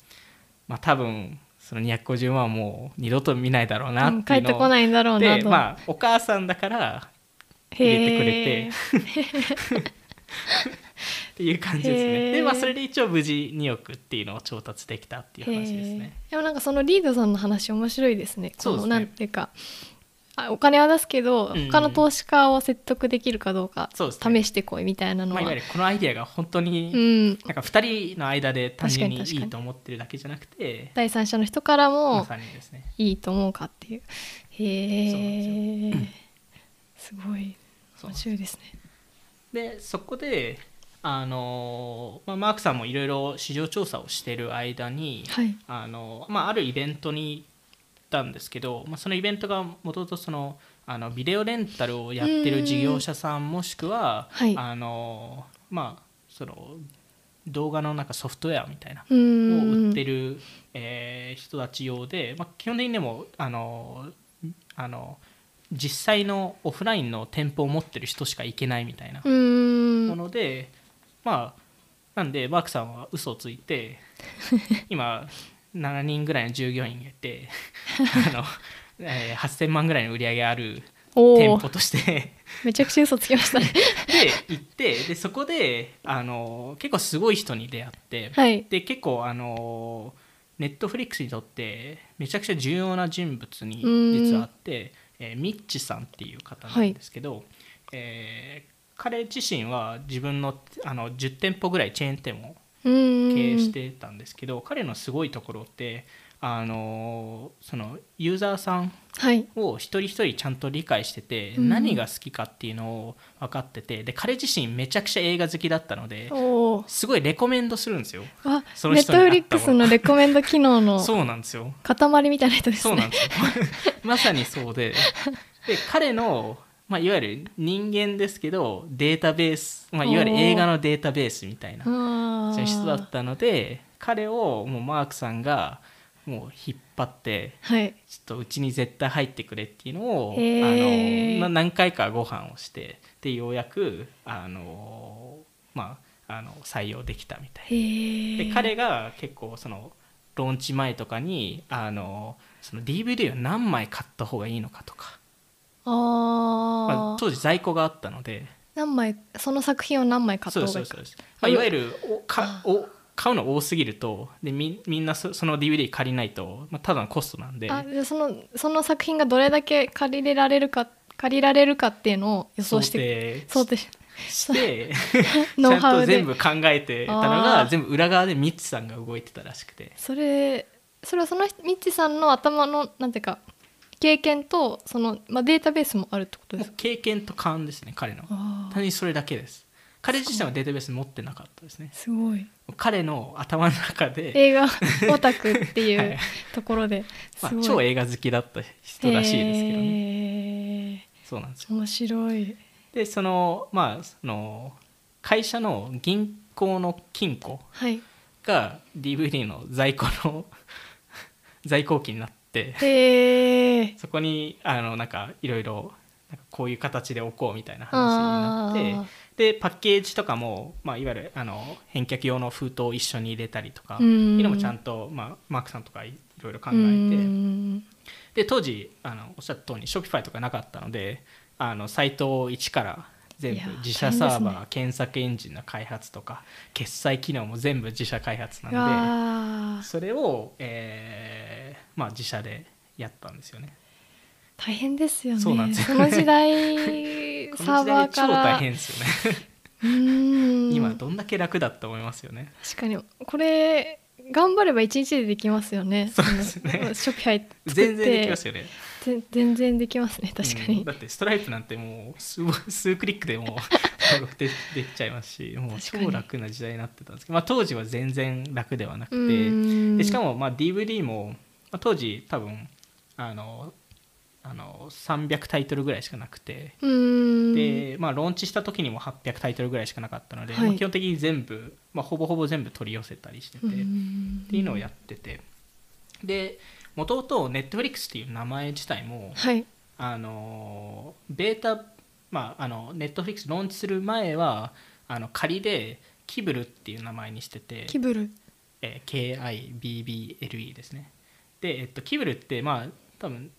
Speaker 2: まあ、多分その250万はもう二度と見ないだろ うな
Speaker 1: うん
Speaker 2: っ
Speaker 1: 帰
Speaker 2: てい
Speaker 1: っ
Speaker 2: う
Speaker 1: て
Speaker 2: の
Speaker 1: こないんだろうな
Speaker 2: で
Speaker 1: と、
Speaker 2: まあお母さんだから
Speaker 1: 入
Speaker 2: 入れてくれてっていう感じです
Speaker 1: へ
Speaker 2: ね
Speaker 1: ー
Speaker 2: でまあそれで一応無事2億っていうのを調達できたっていう話ですね
Speaker 1: へーでもなんかそのリードさんの話面白いですね。
Speaker 2: そうで
Speaker 1: こ
Speaker 2: すね
Speaker 1: のなんていうかあお金は出すけど、
Speaker 2: うん
Speaker 1: 他の投資家を説得できるかどうか
Speaker 2: そうですね
Speaker 1: 試してこいみたいなの
Speaker 2: ま
Speaker 1: は、
Speaker 2: あ、いわゆるこのアイデアが本当
Speaker 1: う
Speaker 2: に
Speaker 1: ん、
Speaker 2: なんか2人の間で単純に
Speaker 1: 確かに確か
Speaker 2: い
Speaker 1: に
Speaker 2: いと思ってるだけじゃなくて
Speaker 1: 第三者の人から
Speaker 2: ま
Speaker 1: も
Speaker 2: さにですね
Speaker 1: いいと思うかっていう。
Speaker 2: そうなん
Speaker 1: へえ、すごい
Speaker 2: そう
Speaker 1: 面白いですね。
Speaker 2: でそこであのー、まあ、マークさんもいろいろ市場調査をしてる間に、
Speaker 1: はい。
Speaker 2: あのまあ、あるイベントに行ったんですけど、まあ、そのイベントがもともとそのあのビデオレンタルをやってる事業者さんもしくは、
Speaker 1: はい
Speaker 2: あのまあ、その動画のなんかソフトウェアみたいな
Speaker 1: う
Speaker 2: を
Speaker 1: ん。
Speaker 2: 売ってる、えー人たち用で、まあ、基本的にでもあのあの実際のオフラインの店舗を持ってる人しか行けないみたいな
Speaker 1: う
Speaker 2: も
Speaker 1: ん。
Speaker 2: ので、まあなんでマークさんは嘘をつ いて今7人ぐらいの従業員がい てあの、えー8,000万ぐらいの売り上げある
Speaker 1: お
Speaker 2: 店
Speaker 1: お
Speaker 2: 舗、として
Speaker 1: めちゃくちゃ嘘つきましたね。
Speaker 2: で行ってでそこであの結構すごい人に出会って、
Speaker 1: はい。
Speaker 2: で結構あのネットフリックスにとってめちゃくちゃ重要な人物に
Speaker 1: うん
Speaker 2: 実はあって、えーミッチさんっていう方なんですけど、えー彼自身は自分のあの10店舗ぐらいチェーン店を
Speaker 1: うん。
Speaker 2: 経営してたんですけど、彼のすごいところってあのそのユーザーさん
Speaker 1: はい。
Speaker 2: を一人一人ちゃんと理解してて、
Speaker 1: うん
Speaker 2: 何が好きかっていうのを分かっててで彼自身めちゃくちゃ映画好きだったので
Speaker 1: おお。
Speaker 2: すごいレコメンドするんですよ。
Speaker 1: あ、
Speaker 2: その
Speaker 1: ネッ
Speaker 2: 人
Speaker 1: トフ
Speaker 2: に合
Speaker 1: リ
Speaker 2: っ
Speaker 1: ッ
Speaker 2: た
Speaker 1: ク
Speaker 2: もの
Speaker 1: スのレコメンド機能の
Speaker 2: そうなんですよ。
Speaker 1: 塊みたいな人です
Speaker 2: そう
Speaker 1: ね。
Speaker 2: なんですよ。 まさにそうで。で、彼の、まあ、いわゆる人間ですけど、データベース、まあ、いわゆる映画のデータベースみたいな
Speaker 1: あ
Speaker 2: そ
Speaker 1: ー
Speaker 2: ういう人だったので、彼をもうマークさんがもう引っ張って、
Speaker 1: はい。
Speaker 2: ちょっとうちに絶対入ってくれっていうのを、あ
Speaker 1: へー
Speaker 2: のまあ何回かご飯をして、で、ようやく、あの、まあ、あの採用できたみたいな。
Speaker 1: へえ。
Speaker 2: で彼が結構そのローンチ前とかにあのその DVD を何枚買った方がいいのかとか、
Speaker 1: あ
Speaker 2: まあ
Speaker 1: あ、
Speaker 2: 当時在庫があったので
Speaker 1: 何枚その作品を何枚買った
Speaker 2: そう
Speaker 1: 方
Speaker 2: です
Speaker 1: がいうい
Speaker 2: そです
Speaker 1: か
Speaker 2: そう。です、まあ、いわゆるおかお買うの多すぎるとでみみんなそその DVD 借りないと、まあ、ただのコストなんで
Speaker 1: あ、でそのその作品がどれだけ借りれられるか借りられるかっていうのを予想して想
Speaker 2: 想
Speaker 1: 定し
Speaker 2: 定して ち
Speaker 1: ノウ
Speaker 2: ゃん
Speaker 1: ハ
Speaker 2: と
Speaker 1: ウで
Speaker 2: 全部考えてたの
Speaker 1: あ
Speaker 2: が
Speaker 1: ー
Speaker 2: 全部裏側でミッツさんが動いてたらしくて
Speaker 1: それそれはその人ミッチさんの頭のなんていうか経験とそのまあデータベースもあるってことで
Speaker 2: も
Speaker 1: す
Speaker 2: う
Speaker 1: か。
Speaker 2: 経験と勘ですね彼の
Speaker 1: あ
Speaker 2: 単
Speaker 1: あ、
Speaker 2: にそれだけです彼自身はデータベース持ってなかったですね
Speaker 1: すごい。
Speaker 2: 彼の頭の中で、
Speaker 1: 映画オタクってい
Speaker 2: はいう
Speaker 1: ところで
Speaker 2: ますあ、
Speaker 1: ごい。
Speaker 2: 超映画好きだった人らしいですけどね、
Speaker 1: ね。
Speaker 2: そうなんですよ
Speaker 1: 面白い。
Speaker 2: でそのまあその会社の銀行の金庫
Speaker 1: はい。
Speaker 2: が DVD の在庫の 在庫機になって
Speaker 1: へえ。
Speaker 2: そこにあのなんかいろいろなんかこういう形で置こうみたいな
Speaker 1: あ
Speaker 2: 話になってでパッケージとかも、まあ、いわゆるあの返却用の封筒を一緒に入れたりとか
Speaker 1: うん
Speaker 2: っていうのもちゃんと、まあ、マークさんとかいろいろ考えて。
Speaker 1: うん
Speaker 2: で当時あのおっしゃった通り Shopify とかなかったのであのサイトを一から全
Speaker 1: い
Speaker 2: 部
Speaker 1: やー
Speaker 2: 自社サー
Speaker 1: 大変
Speaker 2: バ
Speaker 1: です
Speaker 2: ー、検索エンジンの開発とか決済機能も全部自社開発
Speaker 1: う
Speaker 2: なん
Speaker 1: わ
Speaker 2: で
Speaker 1: ー
Speaker 2: それを、えーまあ、自社でやったんですよね。
Speaker 1: 大変ですよね。
Speaker 2: そうなんですよ
Speaker 1: この時代
Speaker 2: この
Speaker 1: サーバ
Speaker 2: 時
Speaker 1: ー
Speaker 2: 代超
Speaker 1: から
Speaker 2: 大変ですよね。
Speaker 1: うん
Speaker 2: 今どんだけ楽だって思いますよね。
Speaker 1: 確かにこれ頑張れば一日でできますよね。
Speaker 2: そうですね
Speaker 1: その食費作って
Speaker 2: 全然できますよね
Speaker 1: ぜん全然できますね確かに、
Speaker 2: うんだってストライプなんてもう数数クリックでもう でできちゃいますしもう
Speaker 1: 確かに
Speaker 2: 超楽な時代になってたんですけど、まあ、当時は全然楽ではな
Speaker 1: う
Speaker 2: くて
Speaker 1: ん
Speaker 2: でしかもまあ DVD も、まあ、当時多分あのあの300タイトルぐらいしかなくて
Speaker 1: うん
Speaker 2: で、まあ、ローンチした時にも800タイトルぐらいしかなかったので、
Speaker 1: はい
Speaker 2: まあ基本的に全部、まあ、ほぼほぼ全部取り寄せたりしてて。
Speaker 1: うん
Speaker 2: っていうのをやっててでもともと Netflix っていう名前自体も
Speaker 1: はい
Speaker 2: あのベータまああの Netflix ローンチする前はあの仮でキブルっていう名前にしてて
Speaker 1: キ、ブル
Speaker 2: えー KIBBLE ですねで、えっと、キブルってまあ多分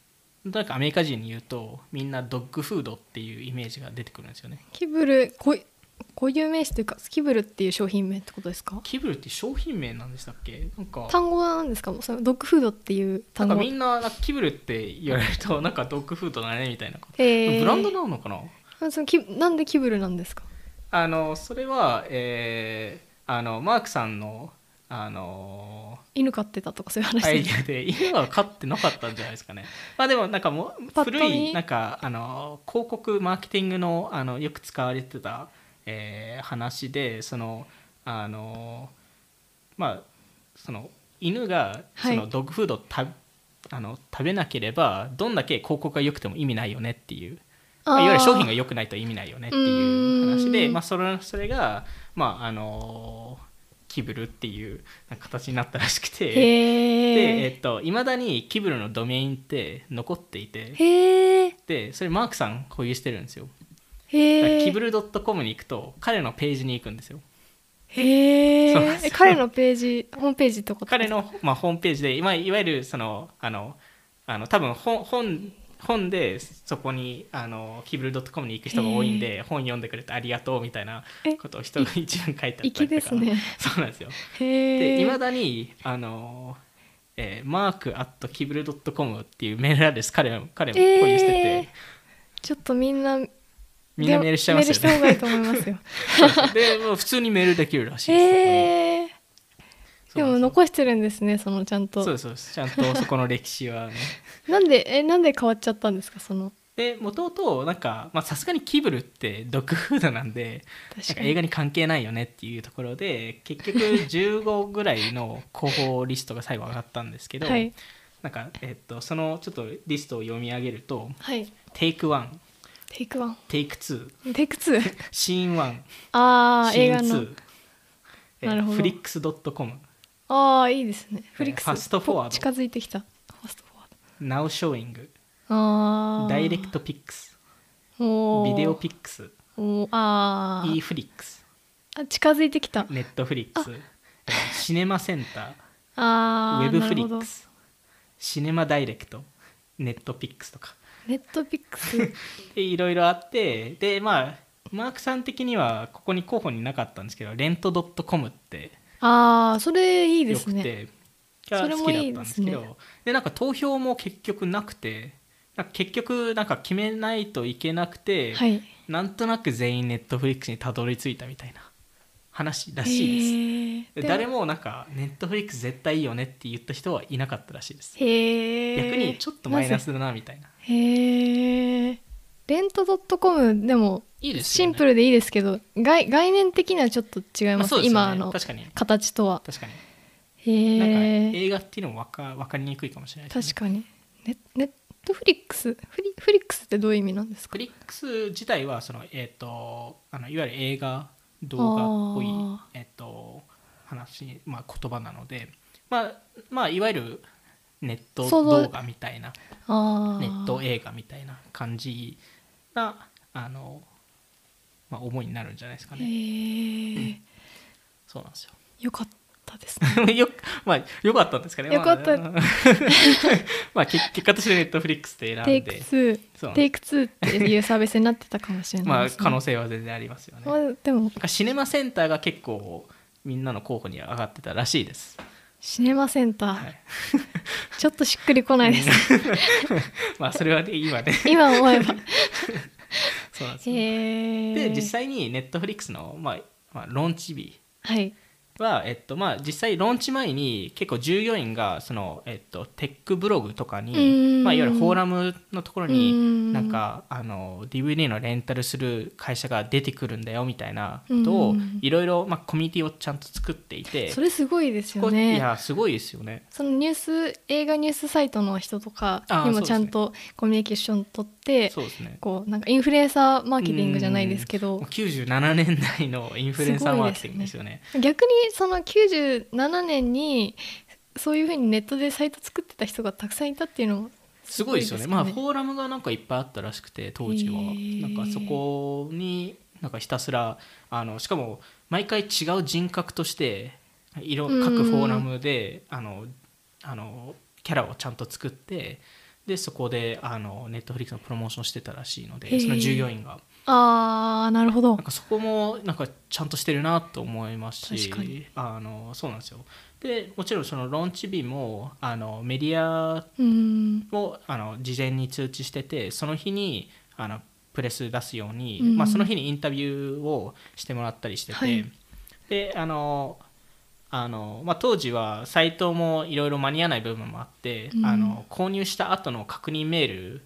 Speaker 2: なんとなくアメリカ人に言うとみんなドッグフードっていうイメージが出てくるんですよね
Speaker 1: キブルこい固有名詞というかキブルっていう商品名ってことですか
Speaker 2: キブルって商品名なんでしたっけなんか
Speaker 1: 単語なんですかもうそのドッグフードっていう
Speaker 2: な
Speaker 1: 単
Speaker 2: んか
Speaker 1: 語
Speaker 2: みんななんかキブルって言われると なんかドッグフードだねみたいなこと
Speaker 1: えー
Speaker 2: ブランドなのかな
Speaker 1: あそのキなんでキブルなんですか
Speaker 2: あのそれは、えーあのマークさんのあの
Speaker 1: 犬飼ってたとかそういう話
Speaker 2: ア
Speaker 1: で
Speaker 2: イデ
Speaker 1: す
Speaker 2: アで犬は飼ってなかったんじゃないですかね。まあでもなんかも
Speaker 1: パッ
Speaker 2: う
Speaker 1: と見
Speaker 2: 古いなんかあの広告マーケティングのあのよく使われてた、えー話でそのあのまあその犬が
Speaker 1: は
Speaker 2: そ
Speaker 1: い
Speaker 2: のドッグフードをた、あの食べなければどんだけ広告が良くても意味ないよねっていうまあいわゆる商品が
Speaker 1: が
Speaker 2: 良くないと意味ないよねっていう話
Speaker 1: うー
Speaker 2: で、
Speaker 1: ん
Speaker 2: まあ、それそれが、まああのキブルっていうなんか形になったらしくて。でえ
Speaker 1: へえ
Speaker 2: っと、未だにキブルのドメインって残っていて
Speaker 1: へえ
Speaker 2: でそれマークさん保有してるんですよ、だから
Speaker 1: へえ
Speaker 2: キブル .com に行くと彼のページに行くんですよ
Speaker 1: へ
Speaker 2: そうな
Speaker 1: え
Speaker 2: んですよ
Speaker 1: 彼のページホームページってこと
Speaker 2: 彼の、まあ、ホームページで、まあ、いわゆるそのあのあの多分本本本でそこにあのキブル .com に行く人が多いんで本読んでくれてありがとうみたいな
Speaker 1: え
Speaker 2: ことを人が一覧書いてあったり
Speaker 1: 粋
Speaker 2: とか
Speaker 1: ですね
Speaker 2: そうなんですよ
Speaker 1: へ
Speaker 2: で
Speaker 1: え
Speaker 2: いまだにあのえーマークアットキブル .com っていうメールアドレス彼も彼も保有してて、
Speaker 1: えーちょっとみんな
Speaker 2: みんなメールしちゃいますよ
Speaker 1: メールし
Speaker 2: ね。
Speaker 1: た方がいいと思います よ
Speaker 2: で、もう普通にメールできるらしいです。
Speaker 1: へえ
Speaker 2: そ
Speaker 1: でも
Speaker 2: うなんすよ
Speaker 1: 残してるんですねそのちゃんと
Speaker 2: そうですそうです。ちゃんとそこの歴 史はね。
Speaker 1: なんでえなんで変わっちゃったんですかその
Speaker 2: で、もともと、なんか、まあ、さすがにキブルってドッグフードなんで、な
Speaker 1: 確
Speaker 2: ん
Speaker 1: か
Speaker 2: か
Speaker 1: に
Speaker 2: 映画に関係ないよねっていうところで、結局15ぐらいの候補リストが最後上がったんですけど、
Speaker 1: はい
Speaker 2: なんか、えっと、そのちょっとリストを読み上げると、
Speaker 1: はい
Speaker 2: テイク1、
Speaker 1: テイクワン
Speaker 2: テイク2、
Speaker 1: テイクツ ー
Speaker 2: シーン1、
Speaker 1: ああ
Speaker 2: シ
Speaker 1: 映
Speaker 2: ー
Speaker 1: 画
Speaker 2: ン
Speaker 1: の
Speaker 2: 2、え
Speaker 1: なる
Speaker 2: ー
Speaker 1: ほど
Speaker 2: フリックス .com、
Speaker 1: ああいいですねフリックス
Speaker 2: ファストフォワード
Speaker 1: ぽ近づいてきたファストフォワー
Speaker 2: ナウショーイング、
Speaker 1: ドああ
Speaker 2: ダイレクトピックス、ビ
Speaker 1: ビ
Speaker 2: デオピックス、
Speaker 1: おーあー
Speaker 2: e フリックス、
Speaker 1: あ近づいてきた
Speaker 2: ネットフリックス、えー シネマセンタ
Speaker 1: あ
Speaker 2: ー、
Speaker 1: ー
Speaker 2: ウェブ
Speaker 1: なる
Speaker 2: フリ
Speaker 1: ほ
Speaker 2: ッ
Speaker 1: ど
Speaker 2: クス、シネマダイレクト、ネットピックスとか、
Speaker 1: ネットピックス
Speaker 2: でいろいろあって、で、まあ、マークさん的にはここに候補になかったんですけど、レント .com って
Speaker 1: ああそれいいで
Speaker 2: よ
Speaker 1: す
Speaker 2: く
Speaker 1: ね
Speaker 2: て、
Speaker 1: そ
Speaker 2: が
Speaker 1: れ
Speaker 2: 好
Speaker 1: も
Speaker 2: きだっ
Speaker 1: いい
Speaker 2: たん
Speaker 1: で
Speaker 2: ですす
Speaker 1: ね
Speaker 2: けど、で、なんか投票も結局なくて、なんか結局、なんか決めないといけなくて、
Speaker 1: はい
Speaker 2: なんとなく全員ネットフリックスにたどり着いたみたいな話らしい
Speaker 1: へ
Speaker 2: です。
Speaker 1: ー
Speaker 2: で誰もなんかネットフリックス絶対いいよねって言った人はいなかったらしいです、
Speaker 1: へー
Speaker 2: 逆にちょっとマイナスだなみたいな
Speaker 1: へえレントドットコムでも
Speaker 2: いいです
Speaker 1: シ
Speaker 2: よ、ね、
Speaker 1: ンプルでいいですけど概概念的にはちょっと違い
Speaker 2: ま
Speaker 1: ま
Speaker 2: あ
Speaker 1: す,、
Speaker 2: そうですよね
Speaker 1: 今の
Speaker 2: 確かに
Speaker 1: 形とは
Speaker 2: 確かに
Speaker 1: へ
Speaker 2: なんか
Speaker 1: え
Speaker 2: 映画っていうのもわかわかりにくいかもしれない
Speaker 1: 確
Speaker 2: か
Speaker 1: かにネネットフリックスフリフリックスってどういう意味なんですか
Speaker 2: フリックス自体はそのえっ、とあのいわゆる映画動画っぽい
Speaker 1: あー
Speaker 2: えっ、と話まあ言葉なのでまあまあいわゆるネット
Speaker 1: 想像
Speaker 2: 動画みたいな
Speaker 1: ああ
Speaker 2: ネット映画みたいな感じなあの、まあ、思いになるんじゃないですか
Speaker 1: へ
Speaker 2: ね。
Speaker 1: え
Speaker 2: そうなんですよ。
Speaker 1: よかったですね
Speaker 2: よまあよかったんですかね。
Speaker 1: よかった
Speaker 2: まあ、 まあ結結果としてネットフリックスで
Speaker 1: テ
Speaker 2: 選
Speaker 1: イ
Speaker 2: ん
Speaker 1: ク
Speaker 2: で、
Speaker 1: 2
Speaker 2: そうなん
Speaker 1: テ
Speaker 2: で
Speaker 1: イク2っていうサービスになってたかもしれ
Speaker 2: す。
Speaker 1: な
Speaker 2: ま
Speaker 1: い
Speaker 2: あ
Speaker 1: です、ね、
Speaker 2: 可能性は全然ありますよね。なん
Speaker 1: まあでも
Speaker 2: かシネマセンターが結構みんなの候補に上がってたらしいです。
Speaker 1: シネマセンター、
Speaker 2: はい。
Speaker 1: ちょっとしっくりこない です
Speaker 2: まあそれはね今ね
Speaker 1: 今思え ば
Speaker 2: そうなんですよ。
Speaker 1: へえ
Speaker 2: で実際にネットフリックスのまあまあローンチ日
Speaker 1: はい
Speaker 2: は、えっとまあ、実際ローンチ前に結構従業員がその、えっと、テックブログとか
Speaker 1: うー
Speaker 2: に、
Speaker 1: ん
Speaker 2: まあ、いわゆるフォーラムのところ
Speaker 1: うー
Speaker 2: に
Speaker 1: ん
Speaker 2: なんかあの DVD のレンタルする会社が出てくるんだよみたいなことを
Speaker 1: うーん
Speaker 2: いろいろまあコミュニティをちゃんと作っていて
Speaker 1: それすごいです
Speaker 2: そ
Speaker 1: よ
Speaker 2: こい
Speaker 1: ね
Speaker 2: やすごいですよね。
Speaker 1: そのニュース映画ニュースサイトの人とか
Speaker 2: あー
Speaker 1: に
Speaker 2: そう
Speaker 1: も
Speaker 2: ですね
Speaker 1: ちゃんとコミュニケーション取って、
Speaker 2: そうですね
Speaker 1: こうなんかインフルエンサーマーケティングじゃないですけ
Speaker 2: うん
Speaker 1: ど
Speaker 2: 97年代のインフルエンサーマーケティングですよね。
Speaker 1: 逆にその97年にそういうふうにネットでサイト作ってた人がたくさんいたっていうのも
Speaker 2: すごいですよねまあフォーラムがなんかいっぱいあったらしくて当時は、
Speaker 1: へー
Speaker 2: なんかそこになんかひたすらあのしかも毎回違う人格として色
Speaker 1: うん
Speaker 2: 各フォーラムで、あのあのキャラをちゃんと作ってでそこであのネットフリックスのプロモーションしてたらしいの
Speaker 1: へ
Speaker 2: で
Speaker 1: ー
Speaker 2: その従業員が
Speaker 1: あーなるほど
Speaker 2: なんかそこもなんかちゃんとしてるなと思いますし
Speaker 1: 確かに
Speaker 2: あのそうなんですよでもちろんそのローンチ日もあのメディア
Speaker 1: うん
Speaker 2: をあの事前に通知しててその日にあのプレス出すように、
Speaker 1: うん
Speaker 2: まあ、その日にインタビューをしてもらったりしてて、
Speaker 1: はい
Speaker 2: であのあのまあ、当時はサイトもいろいろ間に合わない部分もあって、
Speaker 1: うん
Speaker 2: あの購入した後の確認メール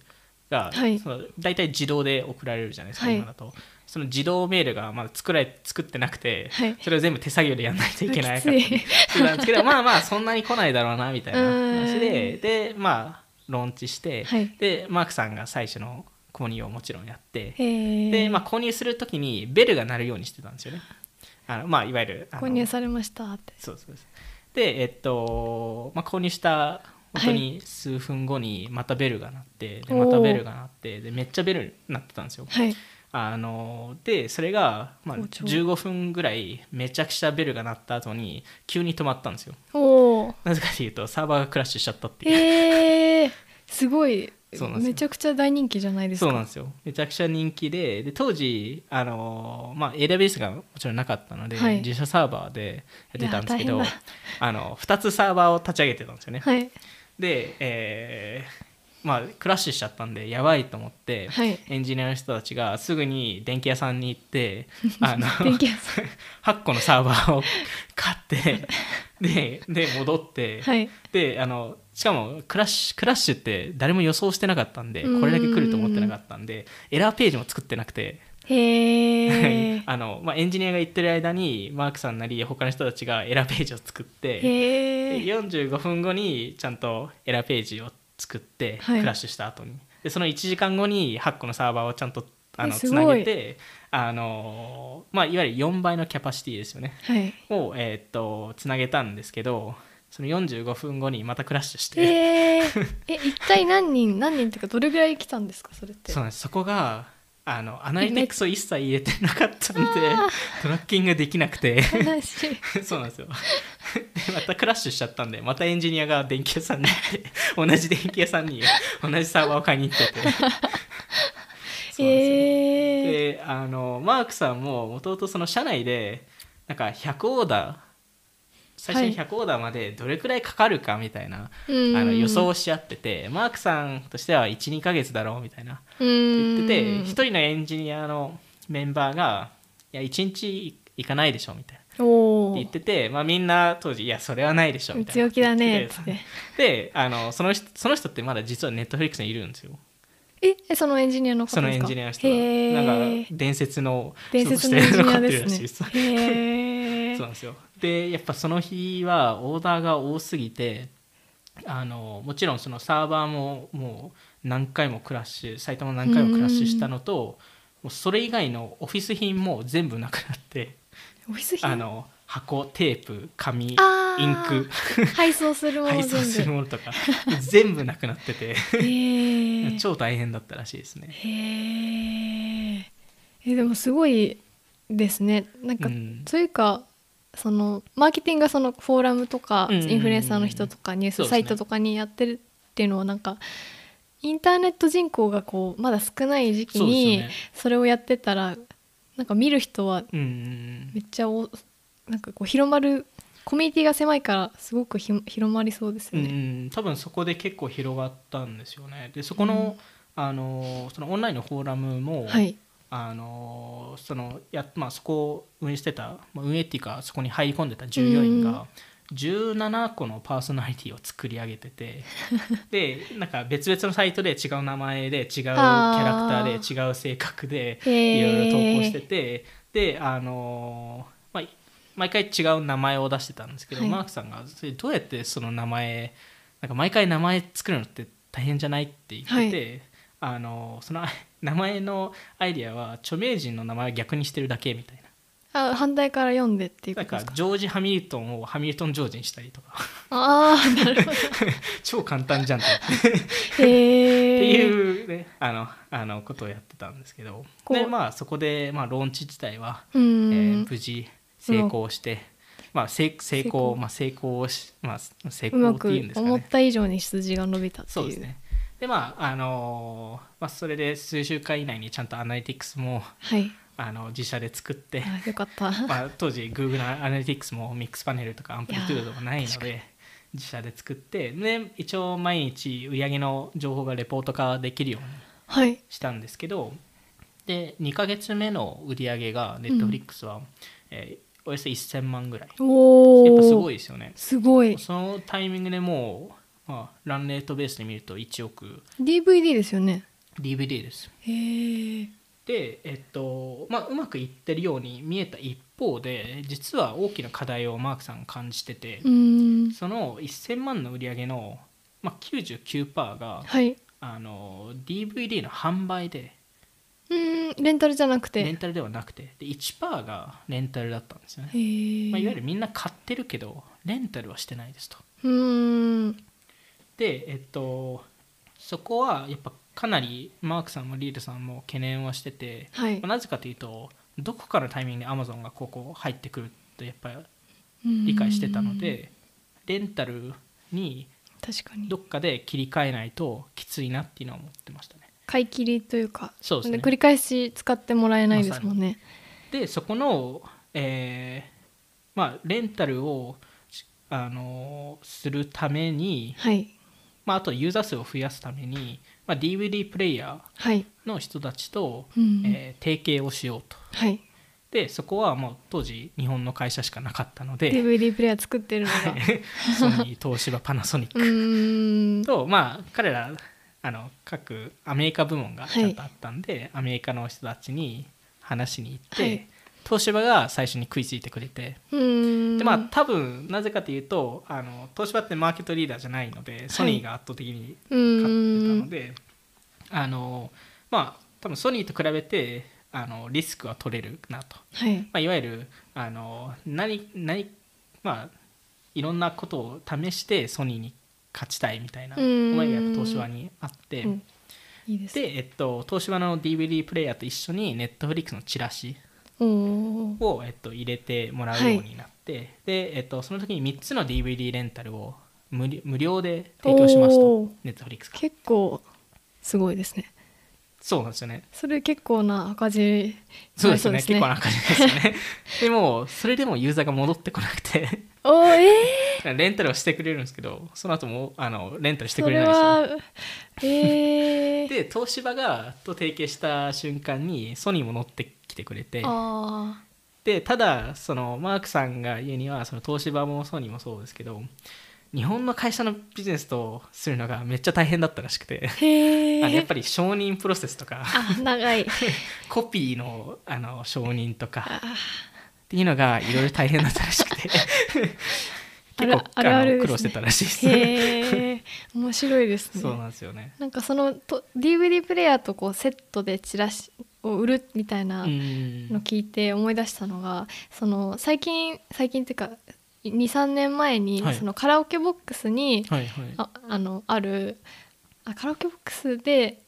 Speaker 2: が、
Speaker 1: はい
Speaker 2: その大体自動で送られるじゃないですか、
Speaker 1: はい
Speaker 2: 今だとその自動メールがまだ作られ作ってなくて、
Speaker 1: はい
Speaker 2: それを全部手作業でやらないといけない
Speaker 1: きつい
Speaker 2: そうなんですけどまあまあそんなに来ないだろうなみたいな話
Speaker 1: う
Speaker 2: で
Speaker 1: ん
Speaker 2: でまあローンチして、
Speaker 1: はい
Speaker 2: でマークさんが最初の購入をもちろんやって
Speaker 1: へー
Speaker 2: で、まあ、購入する時にベルが鳴るようにしてたんですよねあの、まあ、いわゆるあの
Speaker 1: 購入されましたって
Speaker 2: そうそうですでえっと、まあ、購入した本当に数分後にまたベルが鳴って、でまたベルが鳴ってでめっちゃベル鳴ってたんですよ
Speaker 1: はい
Speaker 2: あのでそれが、まあ、
Speaker 1: 好調
Speaker 2: 15分ぐらいめちゃくちゃベルが鳴った後に急に止まったんですよ
Speaker 1: おお
Speaker 2: なぜかというとサーバーがクラッシュしちゃったっていう、
Speaker 1: えー、すごい
Speaker 2: そうなんですよ
Speaker 1: めちゃくちゃ大人気じゃないですか
Speaker 2: そうなんですよめちゃくちゃ人気でで当時あの、まあ、AWS がもちろんなかったので、
Speaker 1: はい
Speaker 2: 自社サーバーでやってたんですけ
Speaker 1: い
Speaker 2: ど
Speaker 1: や大変
Speaker 2: あの2つサーバーを立ち上げてたんですよね、
Speaker 1: はい
Speaker 2: で、えーまあ、クラッシュしちゃったんでやばいと思って、
Speaker 1: はい
Speaker 2: エンジニアの人たちがすぐに電気屋さんに行って あの
Speaker 1: 電気屋さ
Speaker 2: 8個のサーバーを買ってでで戻って、
Speaker 1: はい
Speaker 2: であのしかもクラッシュクラッシュって誰も予想してなかったんで
Speaker 1: うん
Speaker 2: これだけ来ると思ってなかったんでエラーページも作ってなくて。
Speaker 1: へえ
Speaker 2: あのまあ、エンジニアが行ってる間にマークさんなり他の人たちがエラーページを作ってで
Speaker 1: へえ
Speaker 2: 45分後にちゃんとエラーページを作って
Speaker 1: はい
Speaker 2: クラッシュした後に、でその1時間後に8個のサーバーをちゃんとあの
Speaker 1: えす
Speaker 2: つ
Speaker 1: ごい
Speaker 2: なげてあの、まあ、いわゆる4倍のキャパシティですよね
Speaker 1: はい
Speaker 2: を、えーっとつなげたんですけどその45分後にまたクラッシュして、
Speaker 1: えー、え一体何人 何人っていうかどれぐらい来たんですかそれって
Speaker 2: そうなんですそこがあのアナリティクスを一切入れてなかったんでトラッキングできなくて
Speaker 1: 悲しい
Speaker 2: そうなんですよでまたクラッシュしちゃったんでまたエンジニアが電気屋さんに行って同じ電気屋さんに同じサーバーを買い に行ってて。そうなんですよ
Speaker 1: えー、
Speaker 2: であのマークさんももともとその社内でなんか100オーダー最初に100オーダーまでどれくらいかかるかみたいな、
Speaker 1: うん
Speaker 2: あの予想をし合っててマークさんとしては12ヶ月だろうみたいな
Speaker 1: 言
Speaker 2: 言ってて一人のエンジニアのメンバーが「いや1日行かないでしょ」みたいなって
Speaker 1: 人お
Speaker 2: 言っ
Speaker 1: ー
Speaker 2: てて、まあ、みんな当時「いやそれはないでしょ」みたいな
Speaker 1: 強気だねっ
Speaker 2: 言
Speaker 1: つっ
Speaker 2: って
Speaker 1: て
Speaker 2: であのその人その人ってまだ実はネットフリックスにいるんですよ
Speaker 1: ええそのエンジニアの
Speaker 2: そ
Speaker 1: 方
Speaker 2: の
Speaker 1: ですか
Speaker 2: エンジニアの人
Speaker 1: へ
Speaker 2: がなん
Speaker 1: ー
Speaker 2: か伝説の
Speaker 1: 伝説のエンジニアで
Speaker 2: そうしてるらしい
Speaker 1: すねへ
Speaker 2: そうな
Speaker 1: ー
Speaker 2: んですよでやっぱその日はオーダーが多すぎてあのもちろんそのサーバーももう何回もクラッシュサイトも何回もクラッシュしたのともうそれ以外のオフィス品も全部なくなって
Speaker 1: オフィス品
Speaker 2: あの箱テープ紙イン
Speaker 1: あー
Speaker 2: ク
Speaker 1: 配送するもの
Speaker 2: 配送す
Speaker 1: 全
Speaker 2: る
Speaker 1: 部
Speaker 2: ものとか全部なくなってて
Speaker 1: へー
Speaker 2: 超大変だったらしいですね。
Speaker 1: へーえでもすごいですねなんか、
Speaker 2: うん
Speaker 1: というかそのマーケティングがそのフォーラムとか、
Speaker 2: うんうんうんうん
Speaker 1: インフルエンサーの人とかニュー
Speaker 2: そう
Speaker 1: ス
Speaker 2: ですね
Speaker 1: サイトとかにやってるっていうのはなんかインターネット人口がこうまだ少ない時期
Speaker 2: そうですよ
Speaker 1: に
Speaker 2: ね
Speaker 1: それをやってたら、なんか見る人は
Speaker 2: うん
Speaker 1: めっちゃおなんかこう広まるコミュニティが狭いからすごくひ広まりそうです
Speaker 2: う
Speaker 1: よね。
Speaker 2: ん、多分そこで結構広がったんですよねでそこの,、あのそのオンラインのフォーラムも、
Speaker 1: はい、
Speaker 2: あのそのや、まあ、そこを運営してた、まあ、運営っていうかそこに入り込んでた従業員が17個のパーソナリティを作り上げて てでなんか別々のサイトで違う名前で違うキャラクターで違う性格
Speaker 1: へ
Speaker 2: で
Speaker 1: ー
Speaker 2: いろいろ投稿しててであの、まあ、毎回違う名前を出してたんですけど、
Speaker 1: はい
Speaker 2: マークさんがそれどうやってその名前なんか毎回名前作るのって大変じゃないって言ってて、あのその あ名前のアイディアは著名人の名前を逆にしてるだけみたいな
Speaker 1: あ反対から読んでっていうこ
Speaker 2: なん
Speaker 1: とで
Speaker 2: か
Speaker 1: すか
Speaker 2: ジョージ・ハミルトンをハミルトン・ジョージにした りとか
Speaker 1: ああなるほど
Speaker 2: 超簡単じゃんと思ってって
Speaker 1: へえ
Speaker 2: いう、ね、あのあのことをやってたんですけど
Speaker 1: こう
Speaker 2: で、まあ、そこで、まあ、ローンチ自体は、
Speaker 1: う
Speaker 2: えー
Speaker 1: ん、
Speaker 2: 無事成功して、まあ、せ成
Speaker 1: 成
Speaker 2: 功
Speaker 1: 功
Speaker 2: まあ、成功をし、まあ、成
Speaker 1: う
Speaker 2: 功
Speaker 1: ま
Speaker 2: っていうん
Speaker 1: く
Speaker 2: ですかね
Speaker 1: 思った以上に筋が伸びたって
Speaker 2: そう
Speaker 1: い
Speaker 2: で
Speaker 1: う
Speaker 2: すねでまああのーまあ、それで数週間以内にちゃんとアナリティクスも
Speaker 1: はい
Speaker 2: あの自社で作って、
Speaker 1: あよかった、
Speaker 2: まあ、当時 Google のアナリティクスもミックスパネルとかアンプリトゥードもないので自社で作ってで一応毎日売上の情報がレポート化できるように
Speaker 1: はい
Speaker 2: したんですけどで2ヶ月目の売上が Netflix は、えーおよそ1000万ぐらい
Speaker 1: おお
Speaker 2: やっぱすごいですよね
Speaker 1: すごい
Speaker 2: そのタイミングでもう、まあ、ランレートベースで見ると1億
Speaker 1: DVD ですよね
Speaker 2: DVD です
Speaker 1: へえ
Speaker 2: で、えっとまあ、うまくいってるように見えた一方で実は大きな課題をマークさん感じてて、
Speaker 1: うん
Speaker 2: その1000万の売り上げの、まあ、99%が
Speaker 1: はい
Speaker 2: あの DVD の販売で
Speaker 1: うんレンタルじゃなくて
Speaker 2: レンタルではなくてで1%がレンタルだったんですよね、
Speaker 1: へえ、
Speaker 2: まあ、いわゆるみんな買ってるけどレンタルはしてないですと
Speaker 1: うん
Speaker 2: でえっとそこはやっぱかなりマークさんもリードさんも懸念はしてて
Speaker 1: はい
Speaker 2: まあなぜかというとどこかのタイミングでアマゾンがここ入ってくるとやっぱり理解してたのでレンタルに
Speaker 1: 確かに
Speaker 2: どっかで切り替えないときついなっていうのは思ってましたね。
Speaker 1: 買い切りというか
Speaker 2: そうですね
Speaker 1: 繰り返し使ってもらえないですもんね、
Speaker 2: でそこの、えーまあ、レンタルを、しあのーするために、
Speaker 1: はい
Speaker 2: まあ、あとユーザー数を増やすために、まあ、DVD プレイヤ
Speaker 1: はい、
Speaker 2: ーの人たちと、
Speaker 1: うん
Speaker 2: えー提携をしようと。
Speaker 1: はい
Speaker 2: でそこはもう当時日本の会社しかなかったので
Speaker 1: DVD プレイヤー作ってるのが
Speaker 2: ソニー東芝パナソニッ
Speaker 1: う
Speaker 2: ク
Speaker 1: ーん
Speaker 2: とまあ彼らあの各アメリカ部門がちゃんとあったんで、アメリカの人たちに話しに行って、
Speaker 1: はい
Speaker 2: 東芝が最初に食いついてくれて
Speaker 1: うーん
Speaker 2: でまあ多分なぜかというとあの東芝ってマーケットリーダーじゃないのでソニーが圧倒的
Speaker 1: う
Speaker 2: に勝ってた
Speaker 1: ー
Speaker 2: の
Speaker 1: ん
Speaker 2: で、あのまあ多分ソニーと比べてあのリスクは取れるなと、
Speaker 1: はい
Speaker 2: まあ、いわゆるあの何何まあいろんなことを試してソニーに勝ちたいみたいな
Speaker 1: うーん
Speaker 2: 思いがやっぱ東芝にあって、
Speaker 1: うんいいですね
Speaker 2: で、えっと、東芝の DVD プレイヤーと一緒に Netflix のチラシ
Speaker 1: おおー
Speaker 2: を、えっと、入れてもらうようになって、で、えっと、その時に3つの DVD レンタルを無料無料で提供します
Speaker 1: お
Speaker 2: と
Speaker 1: ー
Speaker 2: Netflix が
Speaker 1: 結構すごいですね
Speaker 2: そうなんですよね
Speaker 1: それ結構な赤字になり
Speaker 2: そうですよね結構
Speaker 1: ね
Speaker 2: な感じですよねでもそれでもユーザーが戻ってこなくて
Speaker 1: おーえ
Speaker 2: レンタルをしてくれるんですけどその後もあのレンタルし
Speaker 1: ー、
Speaker 2: て
Speaker 1: そ
Speaker 2: くれな
Speaker 1: れ
Speaker 2: いですよ
Speaker 1: はえー、
Speaker 2: で東芝がと提携した瞬間にソニーも乗ってきてくれて
Speaker 1: あ
Speaker 2: でただそのマークさんが言うにはその東芝もソニーもそうですけど日本の会社のビジネスとするのがめっちゃ大変だったらしくて、
Speaker 1: ーへえ
Speaker 2: あやっぱり承認プロセス とか
Speaker 1: あ長い
Speaker 2: コピーのあの承認とか
Speaker 1: あー
Speaker 2: っていうのがいろいろ大変だったらしくて
Speaker 1: あ
Speaker 2: 結
Speaker 1: る
Speaker 2: 構
Speaker 1: あるあるですね
Speaker 2: の苦労してたらしいですね。
Speaker 1: へえ面白いですね
Speaker 2: そうなんですよね。
Speaker 1: なんかそのと DVD プレイヤーとこうセットでチラシを売るみたいな
Speaker 2: うん
Speaker 1: の聞いて思い出したのが、その最近最近っていうか23年前に、
Speaker 2: はい
Speaker 1: そのカラオケボックスに、
Speaker 2: はいはい。
Speaker 1: ああのあるあカラオケボックスで